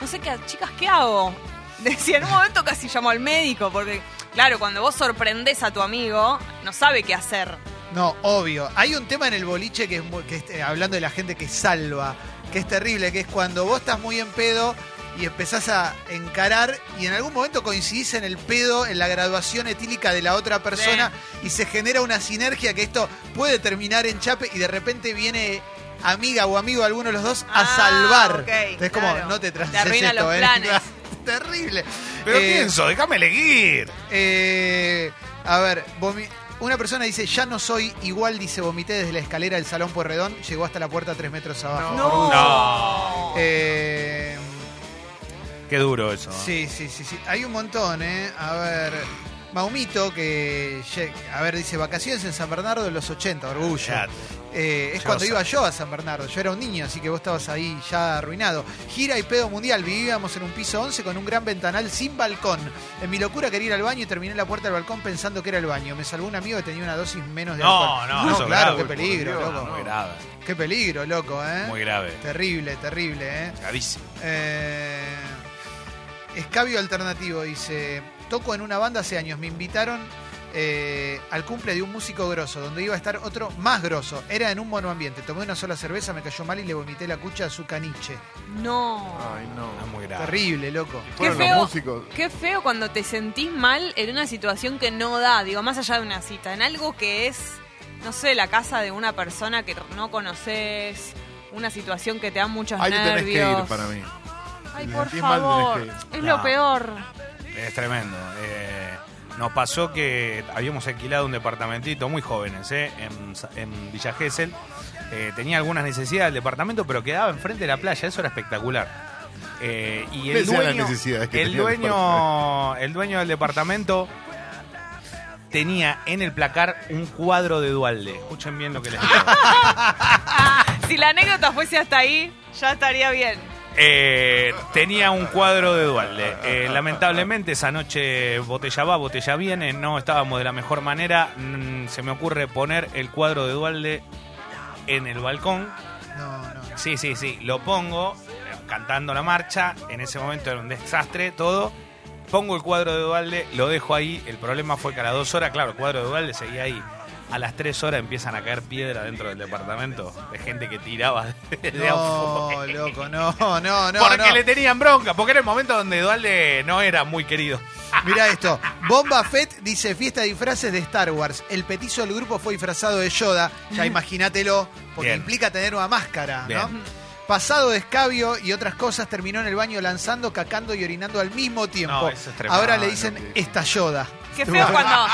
no sé qué, chicas, ¿qué hago? <laughs> Decía, en un momento casi llamó al médico, porque claro, cuando vos sorprendés a tu amigo, no sabe qué hacer. No, obvio. Hay un tema en el boliche que, es muy- que es, eh, hablando de la gente que salva, que es terrible, que es cuando vos estás muy en pedo y empezás a encarar y en algún momento coincidís en el pedo, en la graduación etílica de la otra persona y se genera una sinergia que esto puede terminar en chape y de repente viene amiga o amigo alguno de los dos a Ah, salvar. ok, Entonces, claro. como, no te Te transes arruina esto, los ¿eh? planes. <laughs> Terrible. Pero Eh, pienso, déjame elegir. eh, a ver, vomi- una persona dice, ya no soy igual, dice, vomité desde la escalera del Salón Puerredón, llegó hasta la puerta tres metros abajo. No. No. Eh, Qué duro eso. ¿eh? sí, sí, sí, sí. Hay un montón, ¿eh? A ver, Maumito, que, lle- a ver, dice, vacaciones en San Bernardo en los 80, orgullo. Fíjate. Eh, es Ya cuando lo iba yo a San Bernardo. Yo era un niño, así que vos estabas ahí ya arruinado. Gira y pedo mundial. Vivíamos en un piso 11 con un gran ventanal sin balcón. En mi locura quería ir al baño y terminé en la puerta del balcón pensando que era el baño. Me salvó un amigo que tenía una dosis menos de No, alcohol. no, eso es claro, grave, qué peligro, por Dios, loco. Muy grave, Qué peligro, loco, ¿eh? muy grave. Terrible, terrible, ¿eh? Gravísimo. Eh, escabio alternativo, dice. Toco en una banda hace años. Me invitaron eh, al cumple de un músico grosso, donde iba a estar otro más grosso. Era en un monoambiente. Tomé una sola cerveza, me cayó mal y le vomité la cucha a su caniche. No. Ay, no. muy Terrible, loco. Qué Ah, Fueron feo, los músicos. qué feo cuando te sentís mal en una situación que no da, digo, más allá de una cita, en algo que es, no sé, la casa de una persona que no conoces, una situación que te da muchos Ahí te nervios. tenés que ir para mí. Ay, Si te por sentís mal, tenés favor, que Ah. es No. lo peor. Es tremendo. Eh, nos pasó que habíamos alquilado un departamentito muy jóvenes, eh, en, Sa- en Villa Gesell. Eh, tenía algunas necesidades del departamento, pero quedaba enfrente de la playa. Eso era espectacular. Eh, y el ¿Cuáles eran las dueño, necesidades que el tenía el dueño, el dueño del departamento tenía en el placar un cuadro de Dualde. Escuchen bien lo que les digo. Si la anécdota fuese hasta ahí, ya estaría bien. Eh, tenía un cuadro de Dualde. Eh, lamentablemente esa noche botella va, botella viene, no estábamos de la mejor manera. Mm, se me ocurre poner el cuadro de Dualde en el balcón. No, no. Sí, sí, sí, lo pongo eh, cantando la marcha. En ese momento era un desastre todo. Pongo el cuadro de Dualde, lo dejo ahí. El problema fue que a las dos horas, claro, el cuadro de Dualde seguía ahí. A las tres horas empiezan a caer piedra dentro del departamento de gente que tiraba <laughs> de No, loco, no, no, no. porque no. le tenían bronca, porque era el momento donde Dualde no era muy querido. Mirá esto. Bomba Fett dice fiesta de disfraces de Star Wars. El petizo del grupo fue disfrazado de Yoda. Ya imagínatelo, porque Bien. implica tener una máscara, ¿no? Bien. Pasado de escabio y otras cosas, terminó en el baño lanzando, cacando y orinando al mismo tiempo. No, eso es tremendo. Ahora le dicen esta Yoda. <laughs> Qué feo cuando,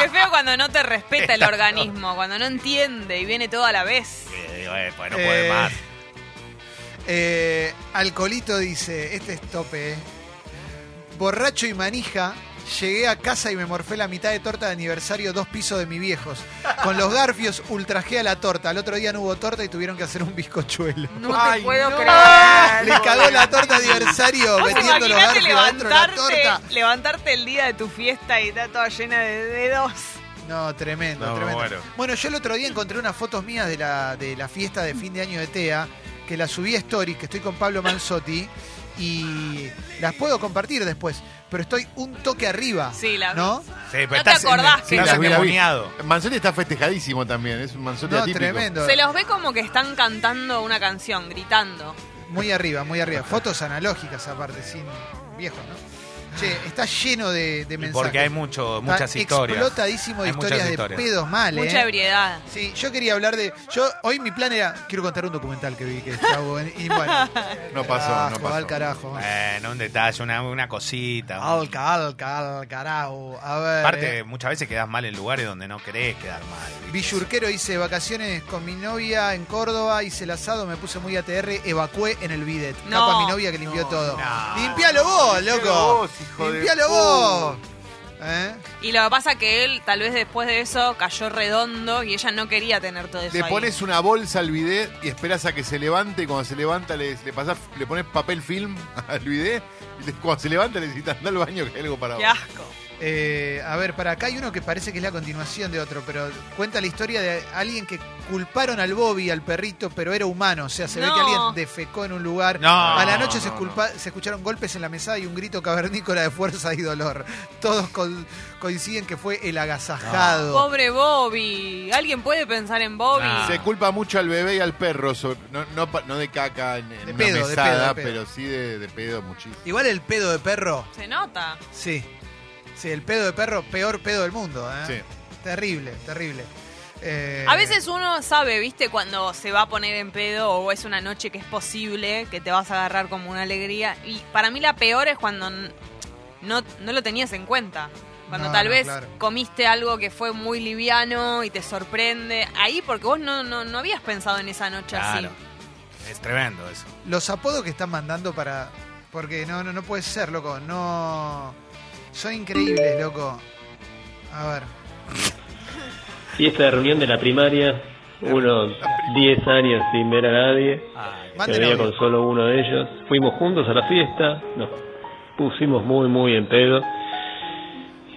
qué feo cuando no te respeta el organismo, cuando no entiende y viene todo a la vez. Y digo, eh, pues no Eh, puede más. Eh, Alcolito dice, este es tope, eh. Borracho y manija, llegué a casa y me morfé la mitad de torta de aniversario dos pisos de mis viejos. Con los garfios ultrajé a la torta. Al otro día no hubo torta y tuvieron que hacer un bizcochuelo. No te puedo creer. Le cagó la torta de aniversario Vos metiendo los imaginate garfios adentro de la levantarte, torta. levantarte el día de tu fiesta y está toda llena de dedos. No, tremendo, No, tremendo. bueno. Bueno, yo el otro día encontré unas fotos mías de la, de la fiesta de fin de año de TEA, que las subí a Stories, que estoy con Pablo Manzotti, y las puedo compartir después, pero estoy un toque arriba, Sí, la ¿no? Sí, pero no te estás, acordás que- estás las vi, las vi. endemoniado. Manzotti está festejadísimo también, es un Manzotti No, atípico. tremendo. Se los ve como que están cantando una canción, gritando. Muy arriba, muy arriba. Fotos analógicas aparte, sin viejos, ¿no? Che, está lleno de, de mensajes. Porque hay mucho, Está muchas historias. Explotadísimo de Hay muchas historias, historias. de pedos mal, Mucha ¿eh? ebriedad. Sí, yo quería hablar de. Yo, hoy mi plan era. Quiero contar un documental que vi que está bueno. Y <laughs> bueno, No pasó, carajo, no pasó. Al carajo. Bueno, un detalle, una, una cosita. Alca, alca, al carajo. A ver. Aparte, eh. muchas veces quedás mal en lugares donde no querés quedar mal. ¿viste? Villurquero dice: vacaciones con mi novia en Córdoba, hice el asado, me puse muy ATR, evacué en el bidet. No. Capa a mi novia que limpió todo. no. ¡Limpialo vos, Limpialo loco! vos, hijo de ¡Limpialo vos! ¿Eh? Y lo que pasa que él, tal vez después de eso, cayó redondo y ella no quería tener todo eso Le ahí. pones una bolsa al bidet y esperas a que se levante. Y cuando se levanta, le, le, pasás- le pones papel film <laughs> al bidet. Y le- cuando se levanta, le necesitas andar al baño que hay algo para vos. Eh, a ver, para acá hay uno que parece que es la continuación de otro, pero cuenta la historia de alguien que culparon al Bobby, al perrito, pero era humano. O sea, se ve No. que alguien defecó en un lugar. No, a la noche no, se, no, esculpa- se escucharon golpes en la mesada y un grito cavernícola de fuerza y dolor. Todos con- coinciden que fue el agasajado. Pobre Bobby. ¿Alguien puede pensar en Bobby? Se culpa mucho al bebé y al perro. sobre- no, no pa- no de caca en, en De una pedo, de pedo, mesada, de pedo. pero sí de, de pedo muchísimo. Igual el pedo de perro. Se nota. Sí. Sí, el pedo de perro, peor pedo del mundo. ¿eh? Sí. Terrible, terrible. Eh, A veces uno sabe, ¿viste? Cuando se va a poner en pedo o es una noche que es posible, que te vas a agarrar como una alegría. Y para mí la peor es cuando n- no, no lo tenías en cuenta. Cuando No, tal no, vez claro. comiste algo que fue muy liviano y te sorprende. Ahí porque vos no, no, no habías pensado en esa noche Claro. así. Es tremendo eso. Los apodos que están mandando para. Porque no, no, no puede ser, loco. No. Son increíbles, loco. A ver. Fiesta de reunión de la primaria, unos 10 años sin ver a nadie. Me Manden veía audio. con solo uno de ellos. Fuimos juntos a la fiesta, nos pusimos muy, muy en pedo.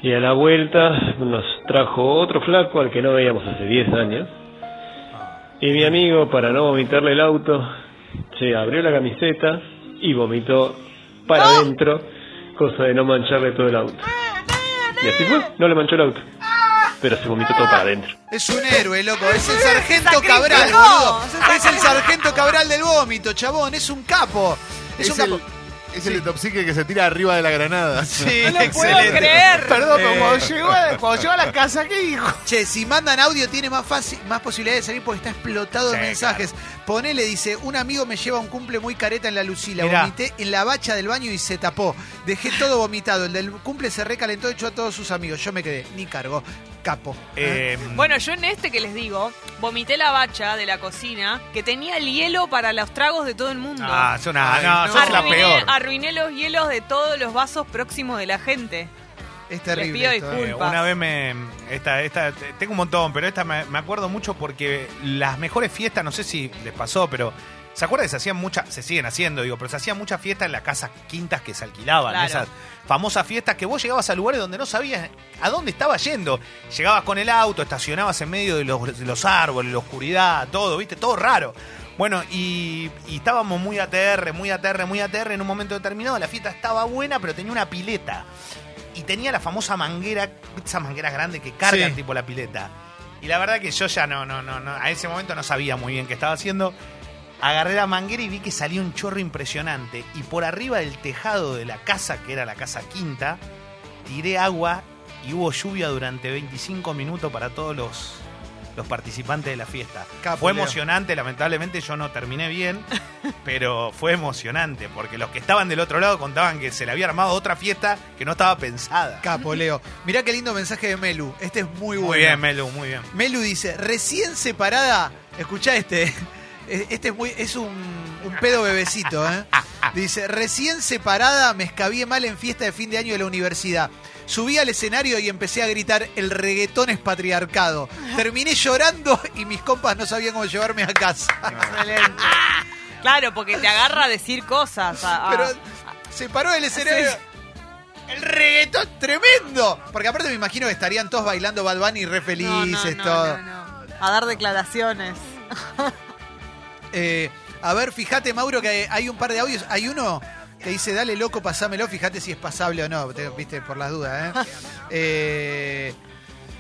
Y a la vuelta nos trajo otro flaco al que no veíamos hace 10 años. Y mi amigo, para no vomitarle el auto, se abrió la camiseta y vomitó para adentro, cosa de no mancharle todo el auto. Y así fue, no le manchó el auto, pero se vomitó todo para adentro. Es un héroe, loco. Es <laughs> el sargento Sacrificó, Cabral, se boludo. Es el sacrificó. sargento Cabral del vómito, chabón. Es un capo. Es Es, un capo. el- Es el top secret que se tira arriba de la granada. <laughs> Sí, excelente. Perdón, Eh, cuando, llegó a, cuando llegó a la casa, ¿qué dijo? Che, si mandan audio tiene más fácil, más posibilidad de salir porque está explotado de Sí, mensajes. Ponele, dice, un amigo me lleva a un cumple muy careta en la Lucila. Mirá. Vomité en la bacha del baño y se tapó. Dejé todo vomitado. El del cumple se recalentó, echó a todos sus amigos. Yo me quedé, ni cargo. Capo. Eh, Bueno, yo en este que les digo, vomité la bacha de la cocina que tenía el hielo para los tragos de todo el mundo. Ah, sos una- no, sos la Arruiné- peor. Arruiné los hielos de todos los vasos próximos de la gente. Ah, Es terrible Les pido esto, eh. disculpas. una vez me. Esta, esta, tengo un montón, pero esta me, me acuerdo mucho porque las mejores fiestas, no sé si les pasó, pero. ¿Se acuerdan que se hacían muchas, se siguen haciendo, digo, pero se hacían muchas fiestas en las casas quintas que se alquilaban, Claro. esas famosas fiestas que vos llegabas a lugares donde no sabías a dónde estabas yendo. Llegabas con el auto, estacionabas en medio de los, de los árboles, la oscuridad, todo, viste, todo raro. Bueno, y, y estábamos muy ATR, muy ATR, muy ATR. En un momento determinado la fiesta estaba buena, pero tenía una pileta y tenía la famosa manguera, esas mangueras grandes que cargan Sí. tipo la pileta. Y la verdad que yo ya no, no, no, no, a ese momento no sabía muy bien qué estaba haciendo. Agarré la manguera y vi que salía un chorro impresionante. Y por arriba del tejado de la casa, que era la casa quinta, tiré agua y hubo lluvia durante 25 minutos para todos los, los participantes de la fiesta. Capo, fue Leo. emocionante, lamentablemente yo no terminé bien, pero fue emocionante porque los que estaban del otro lado contaban que se le había armado otra fiesta que no estaba pensada. Capo, Leo. Mirá qué lindo mensaje de Melu. Este es muy bueno. Muy bien, Melu, muy bien. Melu dice, recién separada, escuchá este, <laughs> eh, este es, muy, es un, un pedo bebecito, ¿eh? Dice, recién separada me escabié mal en fiesta de fin de año de la universidad. Subí al escenario y empecé a gritar, el reggaetón es <laughs> patriarcado. Terminé llorando y mis compas no sabían cómo llevarme a casa. Excelente. Claro, porque te agarra a decir cosas. a- <laughs> a- Pero se paró del escenario. El reggaetón tremendo. Porque aparte me imagino que estarían todos bailando Bad Bunny re felices, no, todo. a dar declaraciones. Eh, a ver, fíjate, Mauro, que hay un par de audios. Hay uno que dice, dale loco, pasámelo, fíjate si es pasable o no. Te- viste, por las dudas, <laughs> ¿eh? Eh,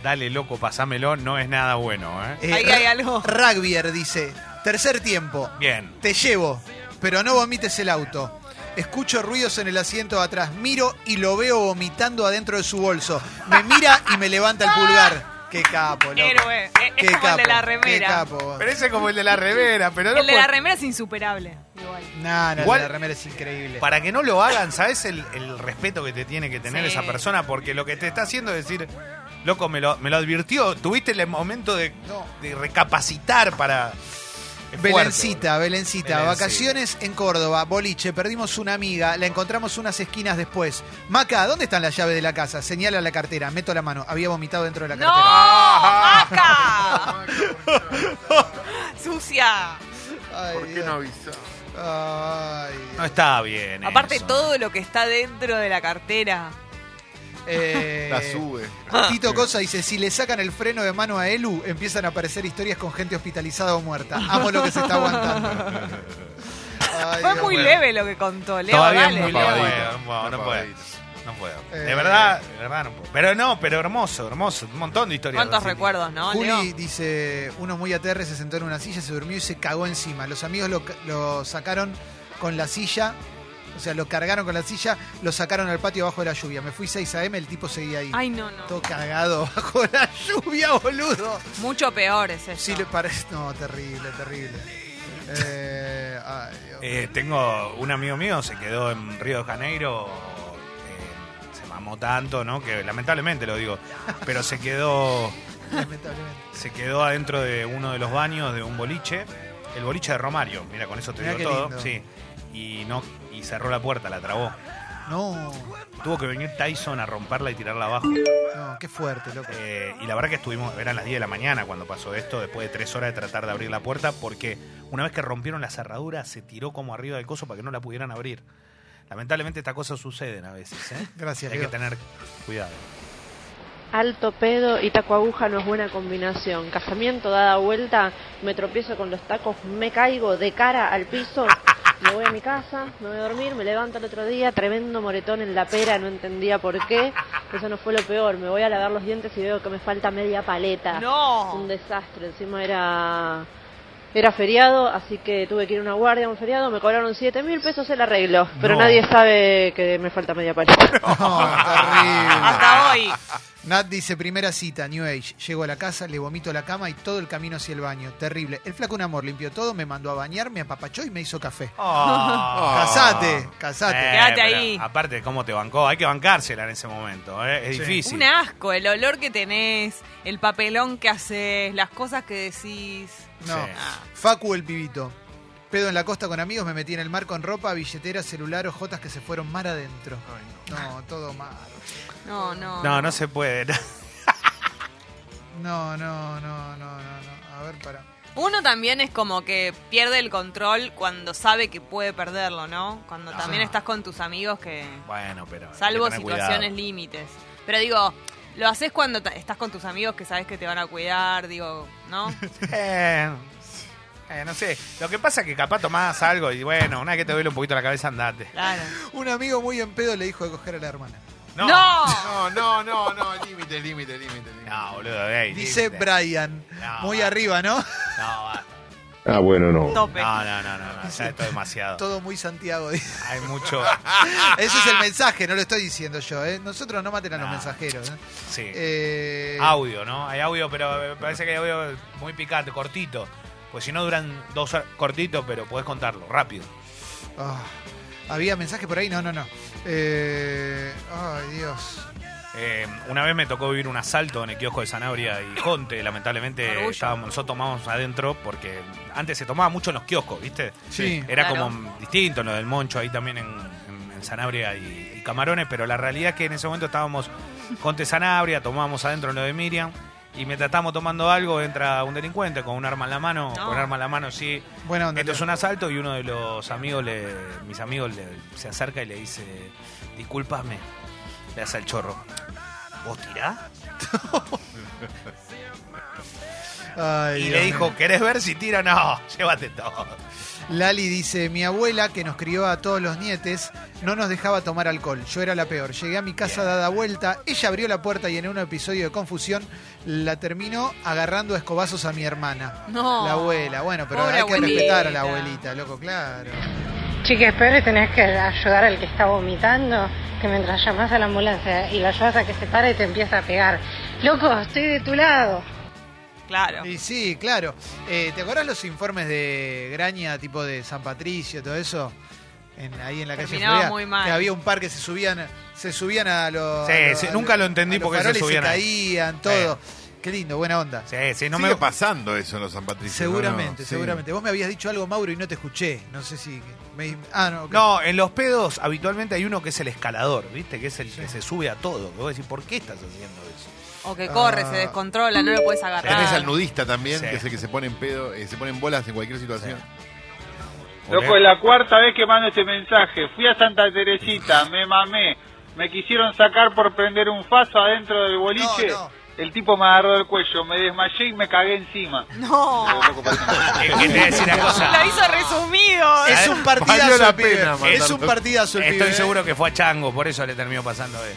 Dale, loco, pasámelo, no es nada bueno, ¿eh? eh, Ra- Rugbier dice, tercer tiempo, Bien. te llevo, pero no vomites el auto. Escucho ruidos en el asiento de atrás, miro y lo veo vomitando adentro de su bolso. Me mira y me levanta el pulgar. Qué capo, loco. Héroe. Es- es Qué como el de la capo, remera. Qué capo. Pero ese es como el de la remera, pero no el de la por- remera es insuperable. Igual. No, no, Igual- el de la remera es increíble. Para que no lo hagan, ¿sabes el, el respeto que te tiene que tener Sí. esa persona? Porque lo que te está haciendo es decir, loco, me lo, me lo advirtió, tuviste el momento de, de recapacitar para... Belencita, Belencita, Belencita. vacaciones en Córdoba, boliche, perdimos una amiga, la encontramos unas esquinas después. Maca, ¿dónde están las llaves de la casa? Señala la cartera, meto la mano, había vomitado dentro de la ¡No! cartera. ¡Maca! <laughs> ¡Sucia! ¿Por qué no avisó? No está bien. Aparte eso. todo lo que está dentro de la cartera. Eh, La sube. Tito Cosa dice, si le sacan el freno de mano a Elu, empiezan a aparecer historias con gente hospitalizada o muerta. Amo lo que se está aguantando. Ay, Fue Dios. muy Bueno. leve lo que contó, Leo, Todavía dale. muy Leo. leve. No puedo, no puedo. No puedo. Eh. De verdad, de verdad no puedo. Pero no, pero hermoso, hermoso. Un montón de historias. ¿Cuántos recientes. recuerdos, no, Leo? Juli dice, uno muy aterre se sentó en una silla, se durmió y se cagó encima. Los amigos lo, lo sacaron con la silla, o sea, lo cargaron con la silla, lo sacaron al patio abajo de la lluvia. Me fui 6 a.m., el tipo seguía ahí. Ay, no, no. Todo cagado <laughs> bajo la lluvia, boludo. Mucho peor es eso. Sí, le parece... No, terrible, terrible. Eh, ay, Dios. Eh, tengo un amigo mío, se quedó en Río de Janeiro, eh, se mamó tanto, ¿no? Que lamentablemente lo digo, pero se quedó, lamentablemente. se quedó adentro de uno de los baños de un boliche, el boliche de Romario, mira, con eso te Mirá digo qué todo, lindo. sí, y no, y cerró la puerta, la trabó. No, Tuvo que venir Tyson a romperla y tirarla abajo. no, qué fuerte, loco. Eh, y la verdad que estuvimos, eran las 10 de la mañana cuando pasó esto, después de tres horas de tratar de abrir la puerta, porque una vez que rompieron la cerradura, se tiró como arriba del coso para que no la pudieran abrir. Lamentablemente estas cosas suceden a veces, ¿eh? Gracias, Hay Leo. que tener cuidado. Alto pedo y taco aguja no es buena combinación. Casamiento dada vuelta, me tropiezo con los tacos, me caigo de cara al piso, me voy a mi casa, me voy a dormir, me levanto el otro día, tremendo moretón en la pera, no entendía por qué. Eso no fue lo peor, me voy a lavar los dientes y veo que me falta media paleta. No. Un desastre, encima era era feriado, así que tuve que ir a una guardia a un feriado, me cobraron siete mil pesos el arreglo, pero No. nadie sabe que me falta media paleta. <laughs> No, terrible. Hasta hoy. Ah, Nat dice, primera cita, New Age. Llego a la casa, le vomito la cama y todo el camino hacia el baño. Terrible. El flaco un amor, limpió todo, me mandó a bañar, me apapachó y me hizo café. <laughs> Ah. eh, Casate, casate. Quédate pero ahí. Aparte, ¿cómo te bancó? Hay que bancársela en ese momento, ¿eh? Es difícil. Un asco, el olor que tenés, el papelón que haces, las cosas que decís. No. Sí. Facu el pibito. Pedo en la costa con amigos, me metí en el mar con ropa, billetera, celular, hojotas que se fueron mar adentro. no. todo mal. No, no. No, no <laughs> se puede. No, no, no, no, no, no. A ver, para. Uno también es como que pierde el control cuando sabe que puede perderlo, ¿no? Cuando también estás con tus amigos que... bueno, pero. hay que Salvo tener cuidado. situaciones límites. Pero digo, lo haces cuando ta- estás con tus amigos que sabes que te van a cuidar, digo, <laughs> ¿no? Eh, eh, no sé. Lo que pasa es que capaz tomás algo y bueno, una vez que te duele un poquito la cabeza, andate. Claro. Un amigo muy en pedo le dijo de coger a la hermana. No. No, no, no, no, límite, límite, límite. límite. No, boludo, ey, Dice límite. Brian. No, Muy arriba, ¿no? No, basta. Ah, bueno, no. Tope. no, no, no, no, no, ya esto es demasiado. Todo muy Santiago. dice. Hay mucho. <laughs> Ese es el Ah. mensaje, no lo estoy diciendo yo. ¿eh? Nosotros no maten a los No. mensajeros. <laughs> ¿eh? Sí. Eh, Audio, ¿no? Hay audio, pero me parece que hay audio muy picante, cortito. Pues si no duran dos horas, cortito, pero podés contarlo, rápido. ah, ¿Había mensaje por ahí? No, no, no. Eh, ay, Dios. Eh, una vez me tocó vivir un asalto en el kiosco de Sanabria y Jonte, lamentablemente Orgullo. estábamos, nosotros tomábamos adentro porque antes se tomaba mucho en los kioscos, ¿viste? Sí. Era Claro. como distinto lo del Moncho ahí también en, en- en Sanabria y, y Camarones, pero la realidad es que en ese momento estábamos Jonte Sanabria, tomábamos adentro en lo de Miriam y mientras estábamos tomando algo entra un delincuente con un arma en la mano, No. con arma en la mano sí. Buena onda. Esto es Leo. un asalto y uno de los amigos, le- mis amigos le- se acerca y le dice, discúlpame, le hace al chorro. ¿Vos tirás? Ay, Y Dios le mío. dijo, ¿querés ver si tiro? No, <laughs> llévate todo. Lali dice, mi abuela, que nos crió a todos los nietes, no nos dejaba tomar alcohol. Yo era la peor. Llegué a mi casa dada vuelta, ella abrió la puerta y en un episodio de confusión la terminó agarrando a escobazos a mi hermana. No. La abuela. Bueno, pero Pobre hay que abuelita. respetar a la abuelita, loco, claro. Chiques, peor es tener que ayudar al que está vomitando, que mientras llamas a la ambulancia y lo ayudas a que se pare y te empieza a pegar. Loco, estoy de tu lado. Claro. Y sí, claro. Eh, ¿Te acordás los informes de Graña, tipo de San Patricio, todo eso? En- ahí en la calle Terminaba Florida, muy mal. Que había un par que se subían, se subían a los. Sí, a los- sí, a nunca los- lo entendí a los por qué se faroles y subían Se ahí. caían, todo. Qué lindo, buena onda. Sí, sí, no Sigue me pasando eso en los San Patricio. Seguramente, ¿no? Sí. seguramente. Vos me habías dicho algo, Mauro, y no te escuché. No sé si. me- ah, no. ok. No, en los pedos habitualmente hay uno que es el escalador, ¿viste? Que es el que se sube a todo. Que vos decís, ¿por qué estás haciendo eso? O que corre, Ah. se descontrola, no lo puedes Ah, Tenés al agarrar. nudista también, Sí. que es el que se pone en pedo, eh, se pone en bolas en cualquier situación. Loco, es la cuarta vez que mando este mensaje. Fui a Santa Teresita, me mamé. Me quisieron sacar por prender un faso adentro del boliche. El tipo me agarró del cuello, me desmayé y me cagué encima. <laughs> No. Es que te voy <laughs> a decir una cosa. Lo hizo resumido. Es Ah, un partidazo, el pibe. Es un partidazo, el Estoy pibe, ¿eh? seguro que fue a Chango, por eso le terminó pasando a él.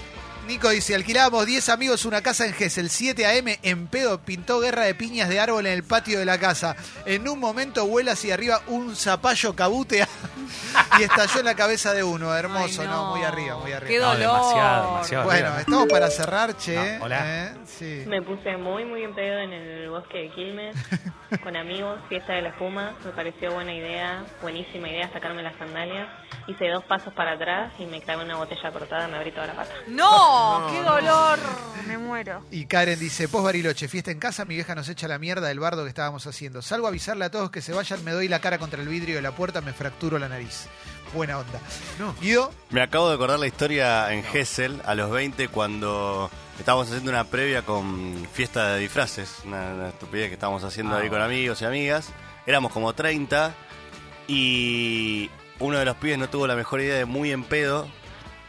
Nico dice, alquilábamos 10 amigos una casa en Gessel, 7 AM, en pedo, pintó guerra de piñas de árbol en el patio de la casa. En un momento vuela hacia arriba un zapallo cabutea <laughs> y estalló en la cabeza de uno. Hermoso, no. muy arriba, muy arriba. Qué No, dolor. demasiado, demasiado Bueno, arriba. estamos para cerrar, che. No, hola. ¿eh? Sí. Me puse muy, muy en pedo en el bosque de Quilmes, con amigos, fiesta de la espuma. Me pareció buena idea, buenísima idea sacarme las sandalias. Hice dos pasos para atrás y me clavé una botella cortada, me abrí toda la pata. No, No, qué no. dolor. Me muero. Y Karen dice, post Bariloche, fiesta en casa, mi vieja nos echa la mierda del bardo que estábamos haciendo. Salgo a avisarle a todos que se vayan, me doy la cara contra el vidrio de la puerta, me fracturo la nariz. Buena onda. Guido, Me acabo de acordar la historia en Gessel a los 20 cuando estábamos haciendo una previa con fiesta de disfraces, una, una estupidez que estábamos haciendo Ah, ahí con amigos y amigas. Éramos como 30 y uno de los pibes no tuvo la mejor idea de muy en pedo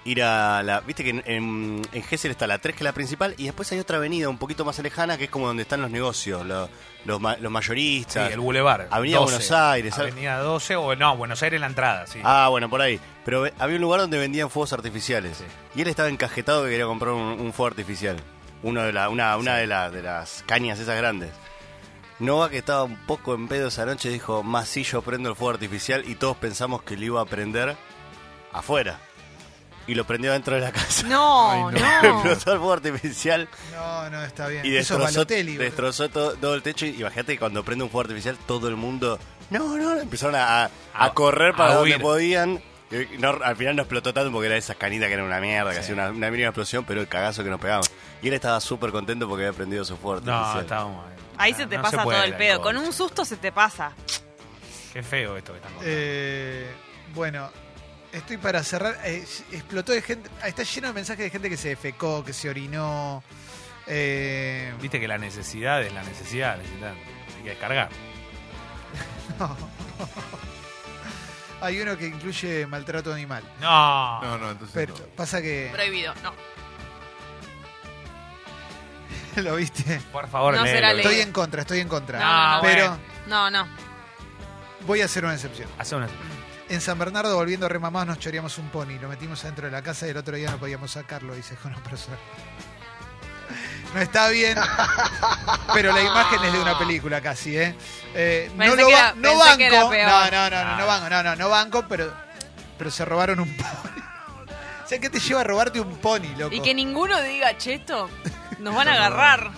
ir a la... Viste que en, en, en Gessel está la 3 que es la principal y después hay otra avenida un poquito más lejana que es como donde están los negocios, los, los, ma- los mayoristas. Sí, el Boulevard. Avenida 12. Buenos Aires. algo- Avenida 12 o no, Buenos Aires la entrada, sí. Ah, bueno, por ahí. Pero ve- había un lugar donde vendían fuegos artificiales. Y él estaba encajetado que quería comprar un, un fuego artificial. Uno de la, una una de, la- de las cañas esas grandes. Nova, que estaba un poco en pedo esa noche, dijo, más si yo prendo el fuego artificial y todos pensamos que lo iba a prender afuera. Y lo prendió dentro de la casa. No, Ay, no. no. <laughs> <laughs> Explotó el fuego artificial No, no, está bien. y Eso es destrozó, Balotelli, boludo. destrozó to- todo el techo. Y imagínate que cuando prende un fuego artificial, todo el mundo. No, no, empezaron a, a- a correr para a donde huir. podían. Y no- al final no explotó tanto porque era esas canitas que eran una mierda, que hacía una, una mínima explosión, pero el cagazo que nos pegamos. Y él estaba súper contento porque había prendido su fuego No, artificial. estábamos ahí. Ah, Ahí se te no pasa se puede todo el el pedo. alcohol. Con un susto se te pasa. Qué feo esto que están contando. Eh, bueno, estoy para cerrar. Eh, explotó de gente. ah, Está lleno de mensajes de gente que se defecó, que se orinó. Eh, Viste que la necesidad es la necesidad, necesitan. Hay que descargar. hay uno que incluye maltrato animal. No. No, no, entonces. Pero pasa que. Prohibido, no. <laughs> ¿Lo viste? Por favor, No léelo. será Estoy en contra, estoy en contra. No, no, pero bueno. No, no. voy a hacer una excepción. Hace una- En San Bernardo, volviendo remamados, nos choreamos un pony. Lo metimos adentro de la casa y el otro día no podíamos sacarlo, dice Jonas Profesor. No está bien, pero la imagen es de una película casi, ¿eh? Eh, no Pensé lo que ba- era- no pensé que era banco. peor. Ah. No, no, no, no, no banco, no, no, no banco, pero, pero se robaron un pony. <laughs> O sea, ¿qué te lleva a robarte un pony, loco? Y que ninguno diga, cheto, nos van a agarrar.